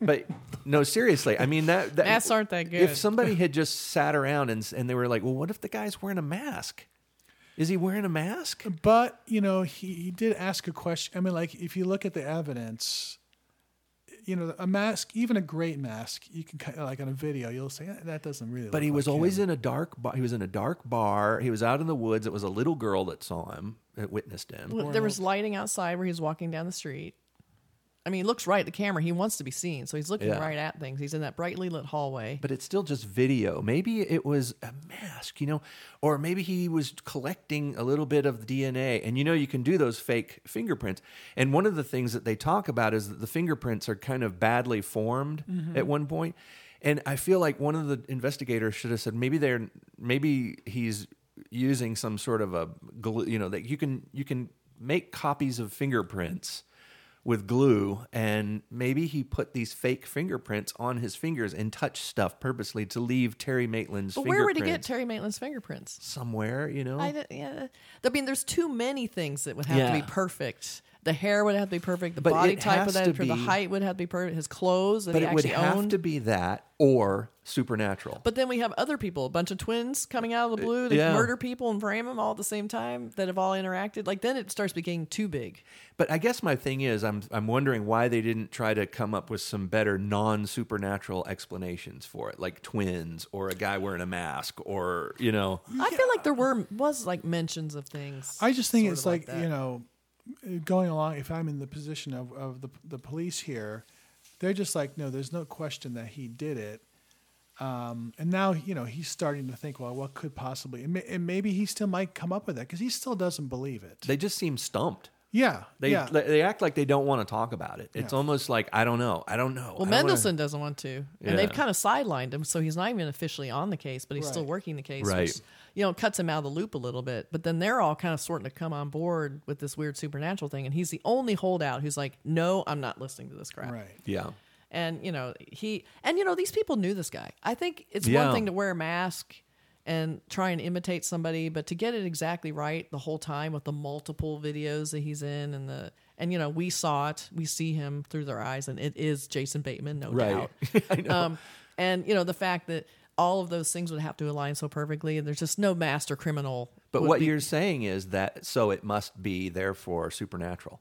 A: but no, seriously. I mean that, that
B: Masks aren't that good.
A: If somebody had just sat around and s- and they were like, "Well, what if the guy's wearing a mask?" Is he wearing a mask?
C: But you know, he, he did ask a question. I mean, like if you look at the evidence, you know, a mask, even a great mask, you can kind of like on a video, you'll say "Eh, that doesn't really.
A: But he was always in a dark bar. He was in a dark bar. He was out in the woods. It was a little girl that saw him, that witnessed him.
B: Well, there was lighting outside where he's walking down the street. I mean, he looks right at the camera. He wants to be seen, so he's looking
A: Yeah.
B: right at things. He's in that brightly lit hallway.
A: but it's still just video. Maybe it was a mask, you know, or maybe he was collecting a little bit of the DNA. And you know, you can do those fake fingerprints. And one of the things that they talk about is that the fingerprints are kind of badly formed at one point. And I feel like one of the investigators should have said maybe they're maybe he's using some sort of a glue, you know, that you can you can make copies of fingerprints with glue and maybe he put these fake fingerprints on his fingers and touched stuff purposely to leave Terry Maitland's
B: But
A: fingerprints
B: where would he get Terry Maitland's fingerprints?
A: somewhere, you know.
B: I, don't- yeah. I mean, there's too many things that would have to
A: Yeah.
B: be perfect. The hair would have to be perfect. The
A: But
B: body
A: it
B: type
A: has
B: would have
A: to
B: to be. The
A: be-
B: height would have to be perfect. His clothes that
A: but
B: he
A: it would
B: actually
A: have
B: owned.
A: to be that or supernatural.
B: but then we have other people, a bunch of twins coming out of the blue to
A: Uh, yeah.
B: murder people and frame them all at the same time that have all interacted. Like then it starts becoming too big.
A: But I guess my thing is, I'm I'm wondering why they didn't try to come up with some better non supernatural explanations for it, like twins or a guy wearing a mask, or you know,
B: I feel like there were was like mentions of things.
C: I just think
B: sort
C: it's
B: of
C: like,
B: that.
C: you know, going along. If I'm in the position of, of the the police here, they're just like, no, there's no question that he did it. Um, and now you know he's starting to think, well, what could possibly? And, may, and maybe he still might come up with that because he still doesn't believe it.
A: they just seem stumped.
C: yeah,
A: They
C: yeah.
A: they- they act like they don't want to talk about it. It's almost like I don't know, I don't know.
B: Well,
A: I don't wanna-"
B: Mendelsohn doesn't want to, and they've
A: Yeah.
B: kind of sidelined him, so he's not even officially on the case, but he's still
C: Right.
B: working the case,
A: Right.
B: which you know cuts him out of the loop a little bit. But then they're all kind of sorting to come on board with this weird supernatural thing, and he's the only holdout who's like, "No, I'm not listening to this crap."
C: right.
A: yeah,
B: And you know he, and you know these people knew this guy. I think it's
A: Yeah.
B: one thing to wear a mask and try and imitate somebody, but to get it exactly right the whole time with the multiple videos that he's in and the. And you know we saw it, we see him through their eyes, and it is Jason Bateman, no
A: right.
B: doubt
A: I know.
B: um, and you know the fact that all of those things would have to align so perfectly, and there's just no master criminal.
A: but
B: would
A: what
B: be-
A: you're saying is that so it must be therefore supernatural.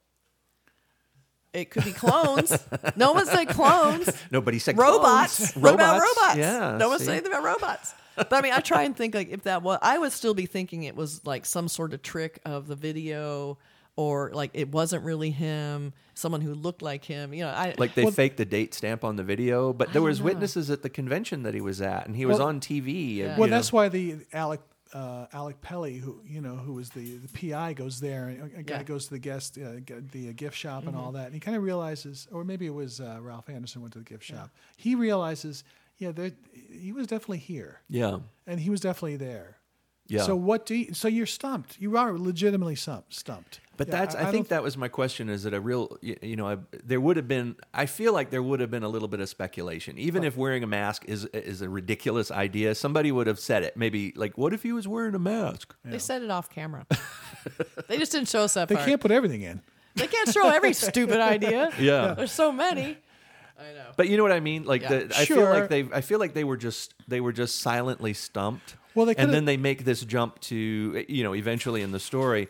B: it could be clones. no one said clones.
A: Nobody said
B: Robots.
A: clones.
B: What about robots?
A: Yeah,
B: no one's
A: see?
B: saying about robots. But I mean, I try and think like if that was, I would still be thinking it was like some sort of trick of the video, or like it wasn't really him, someone who looked like him. You know, I
A: Like they faked the date stamp on the video, but there was witnesses at the convention that he was at, and he was
C: Well-
A: on TV. and,
C: Well,
A: you know.
C: that's why the Alec uh, Alec Pelly, who you know, who was the, the PI, goes there and uh, a guy
B: Yeah.
C: goes to the guest, uh, g- the uh, gift shop, and all that. And he kind of realizes, or maybe it was uh, Ralph Anderson went to the gift shop. He realizes, yeah, there, he was definitely here,
A: Yeah.
C: and he was definitely there.
A: Yeah.
C: So what do you? So you're stumped. You are legitimately stumped. Stumped.
A: But
C: Yeah,
A: that's I,
C: don't
A: think that was my question is that a real y- you know I, there would have been I feel like there would have been a little bit of speculation even if wearing a mask is is a ridiculous idea somebody would have said it maybe like what if he was wearing a mask
B: they said it off camera. they just didn't show us that
C: They
B: part.
C: can't put everything in.
B: they can't show every stupid idea.
A: Yeah.
B: there's so many. I know.
A: but you know what I mean like
B: Yeah.
A: the, I feel
C: Sure.
A: like they I feel like they were just they were just silently stumped
C: Well, they
A: and
C: could've-
A: then they make this jump to you know eventually in the story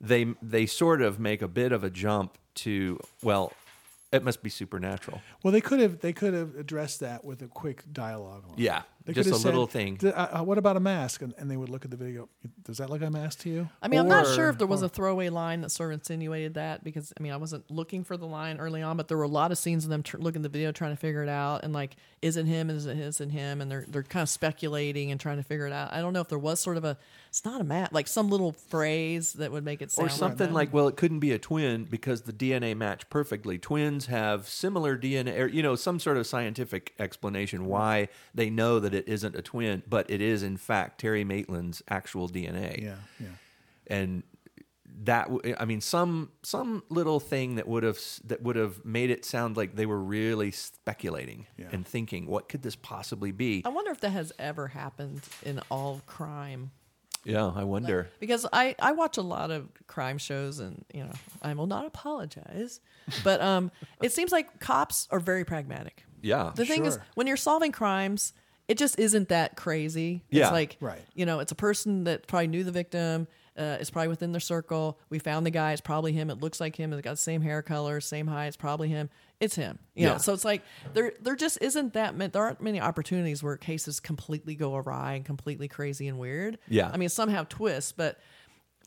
A: they they sort of make a bit of a jump to well it must be supernatural
C: Well, they could have. They could have addressed that with a quick dialogue. line.
A: yeah
C: They
A: just
C: could
A: a
C: have said,
A: little thing
C: "D- uh, uh, what about a mask? And, and they would look at the video. Does that look like a mask to you?
B: I mean, I'm not sure
A: Or-
B: if there was a throwaway line that sort of insinuated that because I mean, I wasn't looking for the line early on, but there were a lot of scenes of them tr- looking at the video, trying to figure it out, and like, is it him? Is it his and him? And they're they're kind of speculating and trying to figure it out. I don't know if there was sort of a it's not a mat like some little phrase that would make it sound
A: or something like, well, it couldn't be a twin because the DNA matched perfectly. Twins have similar DNA, or, you know, some sort of scientific explanation why they know that it isn't a twin, but it is in fact Terry Maitland's actual DNA.
C: Yeah, yeah.
A: and that w- I mean, some some little thing that would have s- that would have made it sound like they were really speculating
C: Yeah.
A: and thinking, what could this possibly be?
B: I wonder if that has ever happened in all crime.
A: Yeah, I wonder.
B: because I, I watch a lot of crime shows and you know I will not apologize, but um it seems like cops are very pragmatic.
A: Yeah,
B: The thing is
C: sure.
B: when you're solving crimes, it just isn't that crazy.
A: Yeah,
B: It's like
C: right.
B: you know, it's a person that probably knew the victim. Uh, it's probably within their circle. We found the guy. It's probably him. It looks like him. It's got the same hair color, same height. It's probably him. It's him. You
A: Yeah.
B: know, so it's like there there just isn't that many. There aren't many opportunities where cases completely go awry and completely crazy and weird.
A: Yeah.
B: I mean, some have twists, but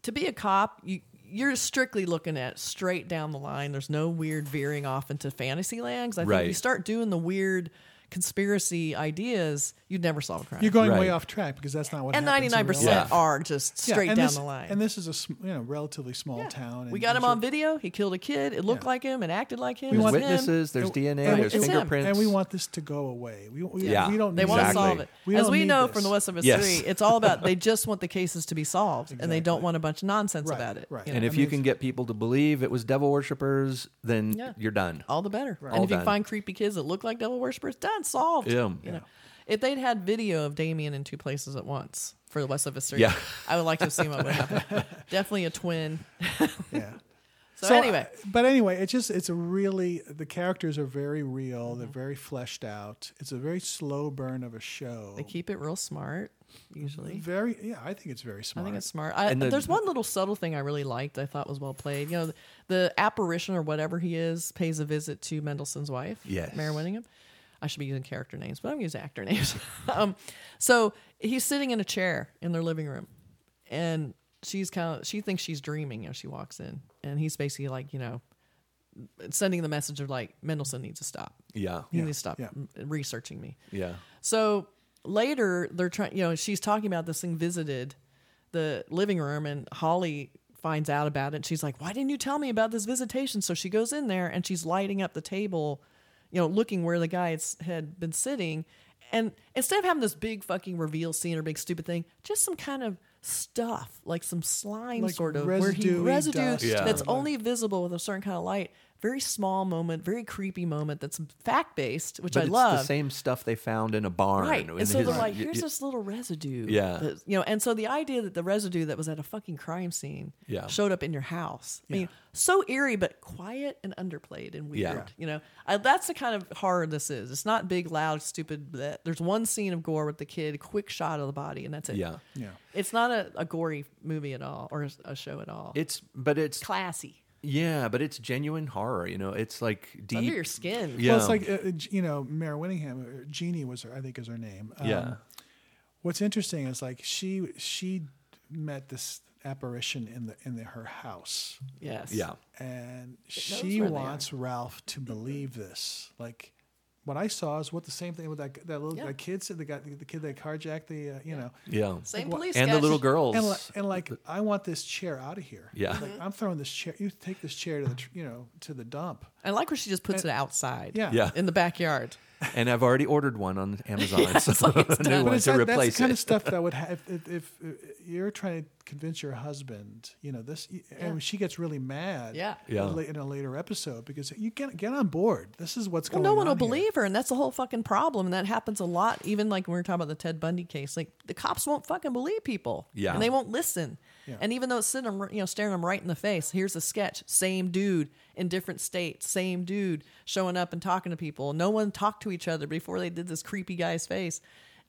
B: to be a cop, you you're strictly looking at straight down the line. There's no weird veering off into fantasy lands. I think
A: Right.
B: you start doing the weird conspiracy ideas, you'd never solve a crime.
C: You're going
A: Right.
C: way off track because that's not what.
B: and
C: happens in
B: ninety
C: real
B: nine
C: life.
B: percent
A: Yeah.
B: are just
C: Yeah,
B: straight
C: and
B: down
C: this-
B: the line.
C: And this is a sm- you know relatively small town. And
B: we got him
C: these
B: on
C: are-
B: video. He killed a kid. It looked
C: Yeah.
B: like him and acted like him.
C: We
B: It was
A: There's
C: want-
B: him.
A: witnesses, there's DNA,
C: and-
A: there's
B: it's him.
A: fingerprints.
C: and we want this to go away. We, we,
A: Yeah.
C: we don't.
B: They
C: need
B: want to
C: that.
A: Exactly.
B: solve it.
C: We
B: As
C: don't
B: we
C: need
B: know
C: this.
B: from the West of
A: Yes.
B: History, it's all about they just want the cases to be solved and they don't
C: Exactly.
B: want a bunch of nonsense
C: Right,
B: about it.
C: right.
B: you know?
A: and if
C: I
A: you
C: mean,
A: can get people to believe it was devil worshippers, then
B: Yeah.
A: you're done.
B: all the better. And
A: All
B: if you
A: done.
B: find creepy kids that look like devil worshippers, done, solved.
A: Yeah.
B: You know? If they'd had video of Damien in two places at once for the West of History,
A: Yeah.
B: I would like to have seen what would happen. Definitely a twin.
C: Yeah.
B: So, anyway,
C: uh, but anyway, it's just it's a really the characters are very real.
B: Mm-hmm.
C: They're very fleshed out. It's a very slow burn of a show.
B: they keep it real smart usually.
C: very yeah, I think it's
B: I
C: very smart.
B: think it's smart. I,
A: And the-
B: there's one little subtle thing I really liked. I thought was well played. You know, the, apparition or whatever he is pays a visit to Mendelssohn's wife,
A: Yes.
B: Mayor Winningham. I should be using character names, but I'm using actor names. um, so he's sitting in a chair in their living room, and she's kind of she thinks she's dreaming. You know, she walks in, and he's basically like, you know, sending the message of like Mendelssohn needs to stop.
A: Yeah.
B: He needs to stop
C: yeah.
B: m- researching me.
A: Yeah.
B: So later, they're trying. You know, she's talking about this thing visited the living room, and Holly finds out about it. She's like, "Why didn't you tell me about this visitation?" So she goes in there and she's lighting up the table, you know, looking where the guy had- had been sitting. And instead of having this big fucking reveal scene or big stupid thing, just some kind of stuff like some slime
C: Like
B: sort of
C: residue-y
B: where he residue
C: dust or
B: that's
C: something.
B: only visible with a certain kind of light. Very small moment, very creepy moment that's fact based, which
A: But
B: I
A: it's
B: love.
A: the same stuff they found in a barn.
B: Right.
A: in
B: And so
A: his-
B: they're like,
A: y-
B: here's
A: y-
B: this little residue.
A: Yeah.
B: that- you know, and so the idea that the residue that was at a fucking crime scene
A: Yeah.
B: showed up in your house. I mean, so eerie, but quiet and underplayed and weird.
A: Yeah.
B: You know, I, that's the kind of horror this is. It's not big, loud, stupid. bleh. There's one scene of gore with the kid, quick shot of the body, and that's it.
A: yeah.
C: yeah.
B: It's not a, a gory movie at all or a show at all.
A: It's but it's
B: classy.
A: yeah, but it's genuine horror. You know, it's like deep.
B: Under your skin.
A: Yeah.
C: Well, it's like uh, uh, G- you know, Mayor Winningham, uh, Jeannie was her, I think is her name. Um,
A: yeah.
C: What's interesting is like she she met this apparition in the in the, her house.
B: Yes.
A: Yeah.
C: and
B: knows
C: she
B: where they Mm-hmm.
C: wants Ralph to believe this. Like what I saw is what the same thing with that that little
B: Yeah.
C: that kid said the guy the kid that carjacked the uh, you know
A: Yeah.
B: Same police
A: And the
B: sketch.
A: little girls.
C: and, li- and like I want this chair out of here.
A: Yeah.
C: like, I'm throwing this chair. You take this chair to the tr- you know to the dump.
B: I like where she just puts it outside.
C: Yeah,
A: Yeah.
B: In the backyard.
A: and I've already ordered one on Amazon, so
B: it's
A: a
B: done.
A: new
C: But
A: one
C: it's
A: to
C: that, that's the
A: replace
C: kind
A: it.
C: of stuff that would have if, if, if uh, you're trying to convince your husband, you know this, and she gets really mad.
B: Yeah.
A: Yeah.
C: la- in a later episode because you can get on board. This is what's
B: Well,
C: going on.
B: no one will
C: here.
B: believe her, and that's the whole fucking problem. And that happens a lot, even like when we were talking about the Ted Bundy case. Like the cops won't fucking believe people,
A: Yeah.
B: and they won't listen. And even though it's sitting, 'em, you know, staring them right in the face. Here's a sketch: same dude in different states, same dude showing up and talking to people. No one talked to each other before they did this creepy guy's face.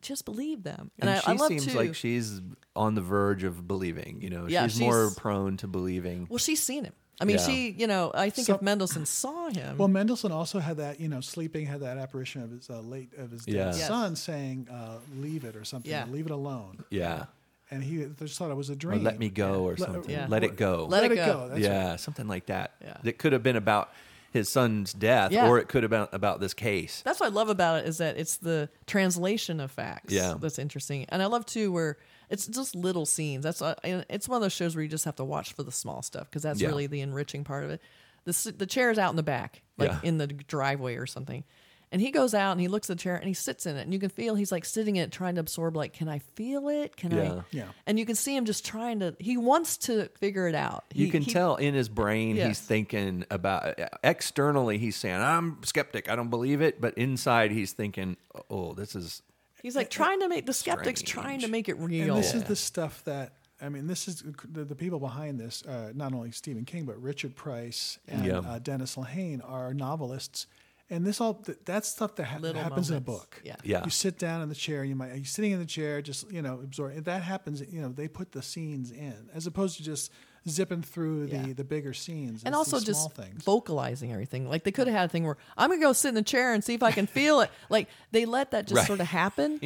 B: Just believe them. And,
A: And
B: I,
A: she
B: I love
A: seems
B: too.
A: like she's on the verge of believing. You know,
B: Yeah,
A: she's, more
B: she's-
A: prone to believing.
B: well, she's seen him. I mean,
A: Yeah.
B: she, you know, I think
C: So-
B: if Mendelssohn saw him,
C: Well, Mendelssohn also had that, you know, sleeping had that apparition of his uh, late of his dead
A: Yeah. Yes.
C: son saying, uh, "Leave it" or something,
B: Yeah.
C: "Leave it alone,"
A: yeah.
C: and he just thought it was a
A: Or
C: dream.
A: let me go or
C: Let-
A: something.
B: Yeah.
A: Let it go.
B: Let it go.
C: Oh, That's right.
A: yeah, something like that.
B: Yeah.
A: That could have been about his son's death,
B: Yeah.
A: or it could have been about this case.
B: That's what I love about it is that it's the translation of facts.
A: Yeah.
B: that's interesting, and I love too where it's just little scenes. That's uh, and it's one of those shows where you just have to watch for the small stuff because that's
A: Yeah.
B: really the enriching part of it. The s- the chair's out in the back, like
A: Yeah.
B: in the driveway or something, and he goes out and he looks at the chair and he sits in it, and you can feel he's like sitting in it, trying to absorb. Like, can I feel it? Can I?
A: Yeah.
C: Yeah.
B: And you can see him just trying to. He wants to figure it out.
A: You
B: He-
A: can
B: he-
A: tell in his brain he's
B: Yes.
A: thinking about externally he's saying I'm skeptic, I don't believe it, but inside he's thinking, oh, this is
B: He's like trying to make the skeptics
A: Strange.
B: trying to make it real.
C: And this is the stuff that I mean. This is the, the people behind this. Uh, not only Stephen King, but Richard Price and
A: Yeah.
C: uh, Dennis Lehane are novelists, and this all th- that's stuff that ha-
B: Little
C: happens in a
B: moments.
C: book.
B: Yeah.
A: Yeah.
C: You sit down in the chair. You might you're sitting in the chair, just you know, absorb. and That happens. You know, they put the scenes in as opposed to just zipping through the
B: Yeah.
C: the bigger scenes
B: and
C: It's
B: also
C: these
B: just
C: small things.
B: vocalizing everything. Like they could have had a thing where I'm gonna go sit in the chair and see if I can feel it. Like they let that just
A: Right.
B: sort of happen.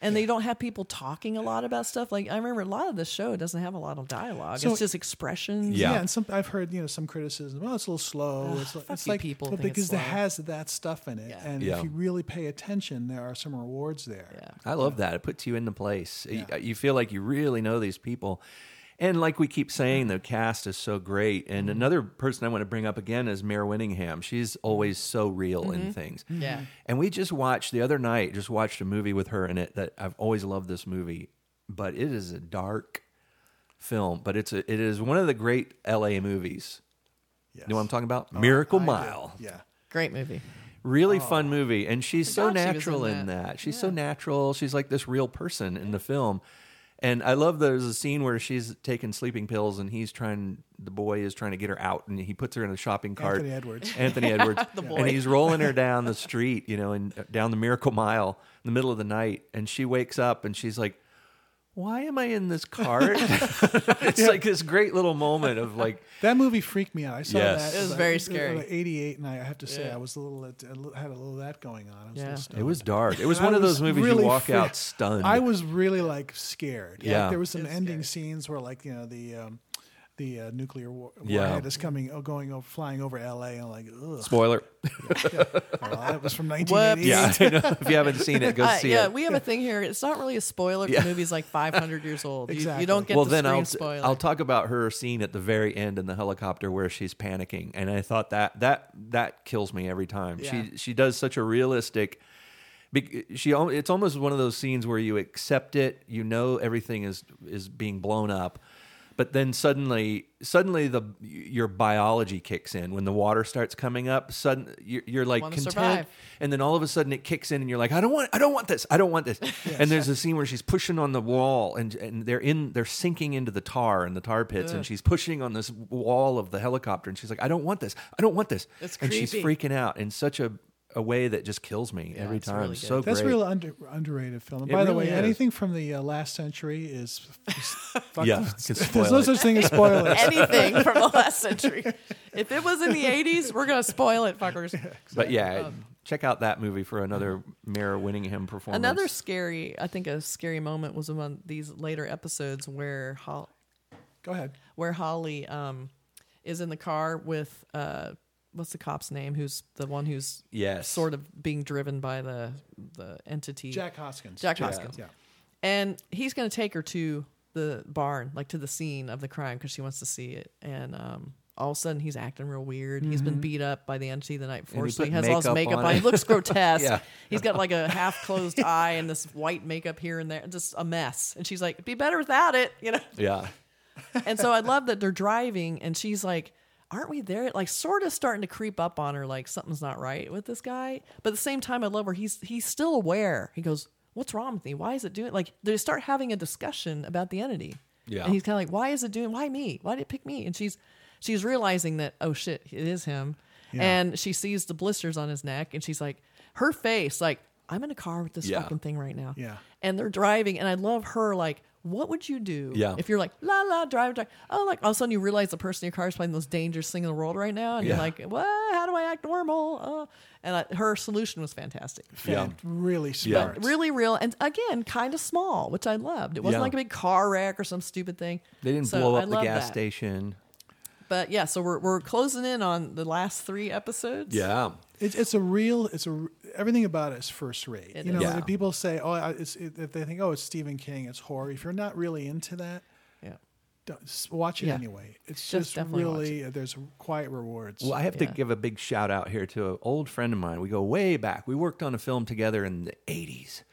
B: and they don't have people talking a lot about stuff. Like I remember a lot of this show doesn't have a lot of dialogue.
C: So-
B: it's just expressions.
A: Yeah.
C: Yeah. and some I've heard you know some criticism. Well, it's a little slow. it's like,
B: fuck
C: it's
B: you
C: like
B: people
C: but
B: think it's
C: because it
B: slow.
C: has that stuff in it,
B: Yeah.
C: and
A: Yeah.
C: if you really pay attention, there are some rewards there.
B: Yeah.
A: I love that. It puts you in the place. You, you feel like you really know these people. And like we keep saying, the cast is so great. And
C: Mm-hmm.
A: another person I want to bring up again is Mayor Winningham. She's always so real
C: Mm-hmm.
A: in things.
B: Yeah.
A: And we just watched the other night, just watched a movie with her in it that I've always loved this movie, but it is a dark film, but it's a, it is one of the great LA movies.
C: Yes. Oh,
A: You know what I'm talking about? Miracle
C: I do.
A: Mile.
C: Yeah.
B: Great movie.
C: Oh.
A: Really fun movie, and she's so
B: forgot she was in
A: natural in,
B: that.
A: that. She's so natural. She's like this real person in the film, and I love there's a scene where she's taking sleeping pills, and he's trying. The boy is trying to get her out, and he puts her in a shopping cart.
C: Anthony Edwards.
A: Anthony Edwards.
B: boy.
A: And he's rolling her down the street, you know, and down the Miracle Mile in the middle of the night, and she wakes up, and she's like. Why am I in this cart? it's like this great little moment of like,
C: That movie freaked me out. I saw
A: Yes.
C: that.
A: It
B: was
C: like-
B: very
C: it was
B: scary.
C: like 88, and I have to say, I was a little, I li- had a little of that going on. I was a
B: Yeah. It
C: little
A: it
C: stoned.
A: was dark. It was
C: I
A: one of those movies
C: really
A: you walk
C: freaked-
A: out stunned.
C: I was really like scared. Like,
A: Yeah.
C: there was some ending scenes where like you know the um, the uh, nuclear war-
A: Yeah.
C: warhead is coming, oh, going, over, flying over L.A. and like, ugh.
A: Spoiler.
C: Well, that was from 1988.
A: Yeah, I know. if you haven't seen it, go
B: Uh,
A: see
B: yeah,
A: it.
B: we have a thing here. It's not really a spoiler. if The movie's like 500 years old. You- You,
C: Exactly.
B: don't get
A: well,
B: the
A: then
B: screen
A: I'll
B: spoiler.
A: I'll talk about her scene at the very end in the helicopter where she's panicking, and I thought that that that kills me every time. She she does such a realistic. bec- She al- it's almost one of those scenes where you accept it, you know everything is is being blown up, but then suddenly suddenly the your biology kicks in when the water starts coming up. Sudden you're, you're like
B: Wanna
A: content,
B: survive.
A: and then all of a sudden it kicks in and you're like i don't want i don't want this i don't want this and there's a scene where she's pushing on the wall and and they're in they're sinking into the tar and the tar pits and she's pushing on this wall of the helicopter and she's like i don't want this i don't want this
B: It's
A: and she's
B: creepy.
A: freaking out in such a a way that just kills me every
B: it's
A: time
B: really
A: so
B: good.
A: great
C: That's a real under, underrated film. And
A: It
C: by the
A: really
C: way,
A: is.
C: anything from the uh, last century is. is fuck-
A: Yeah, can
C: There's
A: spoil
C: no
A: it.
C: such thing as spoilers.
B: Anything from the last century. If it was in the 80s, we're going to spoil it, fuckers.
A: but yeah
B: Um,
A: check out that movie for another Mara winningham performance
B: Another scary, I think a scary moment was among these later episodes where Hol-
C: Go ahead.
B: where Holly um, is in the car with uh, what's the cop's name? Who's the one who's
A: Yes.
B: sort of being driven by the the entity
C: Jack Hoskins.
B: Jack Hoskins.
C: Yeah.
B: and he's going to take her to the barn, like to the scene of the crime, because she wants to see it. And um, all of a sudden, he's acting real weird. He's been beat up by the entity the night
A: Mm-hmm.
B: before,
A: he
B: so he
A: put
B: has all his
A: makeup
B: makeup
A: on
B: on. He
A: it.
B: looks grotesque.
A: Yeah.
B: He's got like a half closed eye and this white makeup here and there, just a mess. And she's like, "It'd "Be better without it," you know.
A: yeah
B: And so I love that they're driving, and she's like. Aren't we there? Like, sort of starting to creep up on her, like something's not right with this guy. But at the same time, I love where he's he's still aware. He goes, "What's wrong with me? Why is it doing?" Like, they start having a discussion about the entity.
A: Yeah.
B: and he's kind of like, "Why is it doing? Why me? Why did it pick me?" And she's she's realizing that, oh shit, it is him. And she sees the blisters on his neck, and she's like, her face, like, "I'm in a car with this
A: Yeah.
B: fucking thing right now."
C: Yeah.
B: and they're driving, and I love her like. What would you do
A: Yeah.
B: if you're like la la drive drive? Oh, like all of a sudden you realize the person in your car is playing the most dangerous thing in the world right now, and you're
A: Yeah.
B: like, what? How do I act normal? Uh, and I, her solution was fantastic,
A: yeah
C: And Really
A: Yeah.
C: smart.
B: really real, and again kind of small, which I loved. It wasn't
A: Yeah.
B: like a big car wreck or some stupid thing.
A: they didn't
B: So
A: blow
B: I
A: up the
B: love
A: gas
B: that.
A: station
B: But yeah, so we're we're closing in on the last three episodes.
A: yeah
C: It's it's a real. It's a r- everything about it is first rate.
B: It
C: you know,
A: is. Yeah.
C: when people say, "Oh, I- it's," it, if they think, "Oh, it's Stephen King, it's horror." If you're not really into that,
B: yeah.
C: don't, s- watch it
B: Yeah.
C: anyway. It's
B: Just
C: just,
B: definitely watch
C: really uh, there's quiet rewards.
A: Well, I have
B: Yeah.
A: to give a big shout out here to an old friend of mine. We go way back. We worked on a film together in the 80s.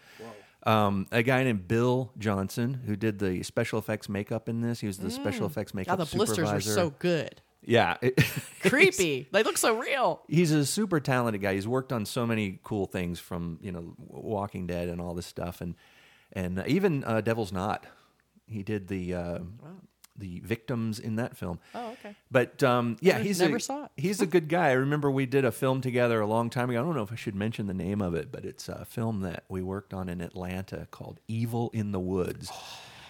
A: Um, a guy named Bill Johnson who did the special effects makeup in this. He was the special effects
B: God,
A: makeup
B: Mm. the blisters were
A: supervisor.
B: so good,
A: yeah, it-
B: creepy. they look so real.
A: he's a super talented guy. He's worked on so many cool things from you know Walking Dead and all this stuff, and and even uh, Devil's Knot. He did the uh, the victims in that film.
B: Oh, okay.
A: But um, yeah,
B: I
A: he's
B: never
A: a,
B: saw it.
A: he's a good guy. I remember we did a film together a long time ago. I don't know if I should mention the name of it, but it's a film that we worked on in Atlanta called Evil in the Woods.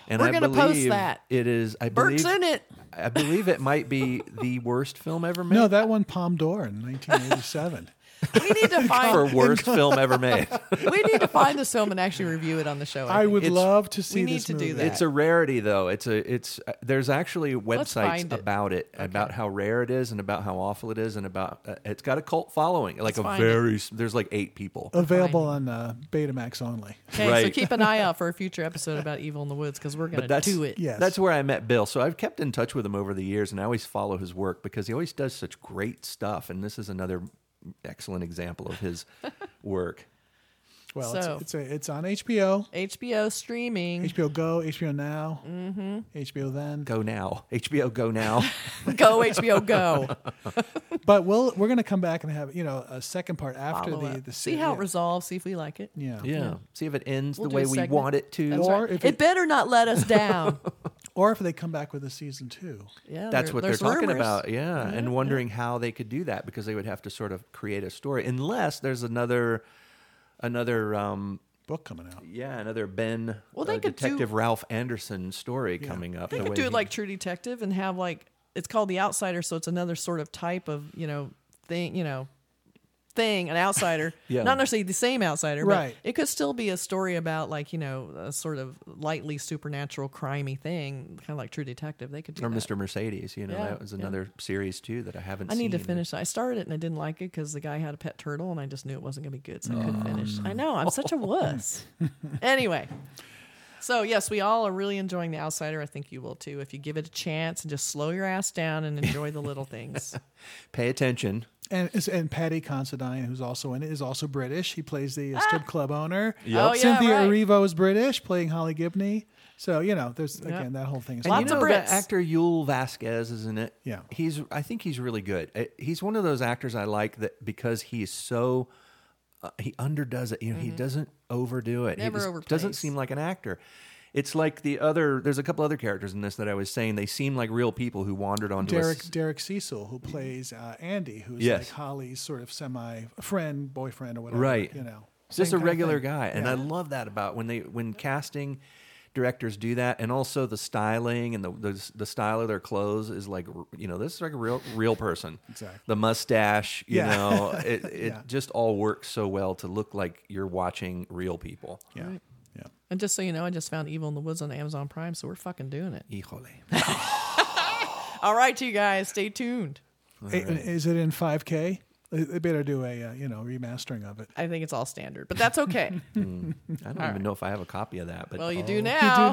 A: And
B: We're
A: I
B: gonna post
A: believe
B: that.
A: It is. I
B: Burke's
A: believe
B: in it.
A: I believe it might be the worst film ever made.
C: no, that one Palm d'Or in 1987.
B: We need to
A: for
B: find
A: worst film ever made.
B: we need to find this film and actually review it on the show.
C: I
B: think.
C: would
A: It's-
C: love to see
B: need
C: this
B: to do
C: movie.
B: that.
A: It's a rarity, though. It's a it's uh, there's actually websites
B: find it.
A: about it, about how rare it is, and about how awful it is, and about uh, it's got a cult following. Like a
B: find it.
A: very s there's like eight people.
C: Available on uh, Betamax only.
B: Okay, so
A: Right.
B: keep an eye out for a future episode about Evil in the Woods because we're gonna
A: that's
B: do it.
C: Yes.
A: that's where I met Bill. So I've kept in touch with him over the years, and I always follow his work because he always does such great stuff. And this is another excellent example of his work.
C: Well,
B: So-
C: it's, it's, a, it's on HBO,
B: HBO streaming.
C: HBO Go, HBO Now,
B: Mm-hmm.
C: HBO Then.
A: Go now, HBO. Go now.
B: go HBO Go.
C: But we'll we're gonna come back and have you know a second part after
B: Follow
C: the,
B: up.
C: the
B: see how it
C: yeah.
B: resolves. See if we like it.
C: yeah.
A: yeah, see if it ends
B: We'll
A: the
B: do a
A: way we
B: segment.
A: want it to.
B: That's
C: Or
B: right.
C: if
B: it
C: it-
B: better not let us down.
C: Or if they come back with a season two.
B: Yeah,
A: That's
B: there-
A: what they're
B: there's
A: talking
B: rumors. Mm-hmm,
A: about. Yeah. And wondering how they could do that because they would have to sort of create a story unless there's another another um
C: Book coming out.
A: yeah, another Ben
B: Well, they
A: uh,
B: could do-
A: Detective Ralph Anderson story coming up.
B: They
A: the
B: could
A: way
B: do
A: he-
B: it like True Detective and have like it's called The Outsider, so it's another sort of type of you know thing, you know thing, an outsider.
A: Yeah.
B: Not necessarily the same outsider,
C: Right.
B: But it could still be a story about like you know a sort of lightly supernatural, crimey thing, kind of like True Detective. They could do
A: or
B: that.
A: Mr. Mercedes, you know,
B: Yeah,
A: that was
B: yeah.
A: another series too that I haven't
B: I
A: seen.
B: need to finish. it. I started it and I didn't like it because the guy had a pet turtle and I just knew it wasn't going to be good, so I
A: Oh.
B: couldn't finish. I know I'm such a wuss. anyway, so yes, we all are really enjoying The Outsider. I think you will too if you give it a chance and just slow your ass down and enjoy the little things.
A: Pay attention.
C: And it's- and Paddy Considine, who's also in it, is also British. He plays the uh, strip club owner.
B: Yep. Ah! Oh, yeah,
C: Cynthia
B: right.
C: Erivo is British, playing Holly Gibney. So you know, there's again that whole thing. Is
A: And
B: Lots
A: you
B: of
A: know that
B: Brits.
A: actor Yul Vasquez, isn't it?
C: Yeah.
A: he's. I think he's really good. Uh, He's one of those actors I like that because he's so uh, he underdoes it. You know, he doesn't overdo it.
B: Mm-hmm. Never
A: he just doesn't
B: overplays.
A: seem like an actor. It's like the other. There's a couple other characters in this that I was saying. They seem like real people who wandered onto a
C: Derek
A: s-
C: Derek Cecil, who plays uh, Andy, who's
A: Mm-hmm. Yes.
C: like Holly's sort of semi friend, boyfriend, or whatever.
A: Right.
C: You know,
A: just a
C: Same kind of
A: regular
C: thing.
A: guy, and I love that about when they when casting directors do that, and also the styling and the the, the style of their clothes is like you know this is like a real real person.
C: Exactly.
A: The mustache, you
C: Yeah.
A: know, it it
C: Yeah.
A: just all works so well to look like you're watching real people.
C: Yeah.
B: Right.
C: Yeah.
B: and just so you know, I just found Evil in the Woods on Amazon Prime, so we're fucking doing it.
A: Híjole.
B: All right, you guys, stay tuned.
C: It- Is it in 5K? They- They better do a uh, you know remastering of it.
B: I think it's all standard, but that's okay.
A: I don't even know if I have a copy of that, but
B: well, you do now.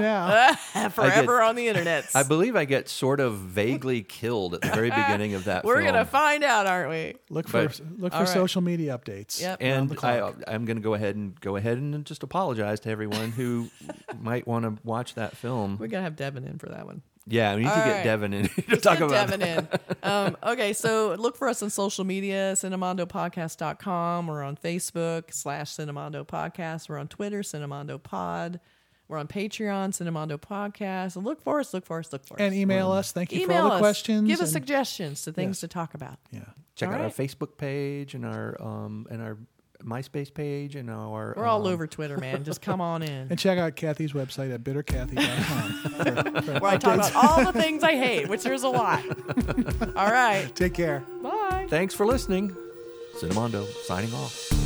C: now.
B: Forever on the internet.
A: I believe I get sort of vaguely killed at the very beginning of that.
B: We're
A: film.
B: gonna find out, aren't we?
C: Look for
A: But-
C: look for
B: All right.
C: social media updates.
B: Yep.
A: And I, I'm going to go ahead and go ahead and just apologize to everyone who might want to watch that film.
B: We're gonna have Devin in for that one.
A: Yeah, we need to
B: All
A: get
B: right.
A: Devin in to talk
B: Get
A: about
B: Devin
A: that.
B: in. Um, okay, so look for us on social media, cinemondopodcast.com. We're on Facebook slash Cinemondo Podcast. We're on Twitter, Cinemondo Pod. We're on Patreon, Cinemondo Podcast. And look for us, look for us, look for
C: and
B: us.
C: email us. Thank you
B: Email
C: for all the
B: us.
C: questions.
B: Give us
C: and-
B: suggestions to things
C: Yes.
B: to talk about.
C: Yeah.
A: Check
B: All
A: out our
B: right.
A: Facebook page and our um and our MySpace page and our.
B: We're all
A: um,
B: over Twitter, man. Just come on in.
C: And check out Kathy's website at bitterkathy.com. for- for
B: Where I talk
C: updates.
B: about all the things I hate, which there's a lot. All right.
C: Take care.
B: Bye.
A: Thanks for listening. Cinemondo signing off.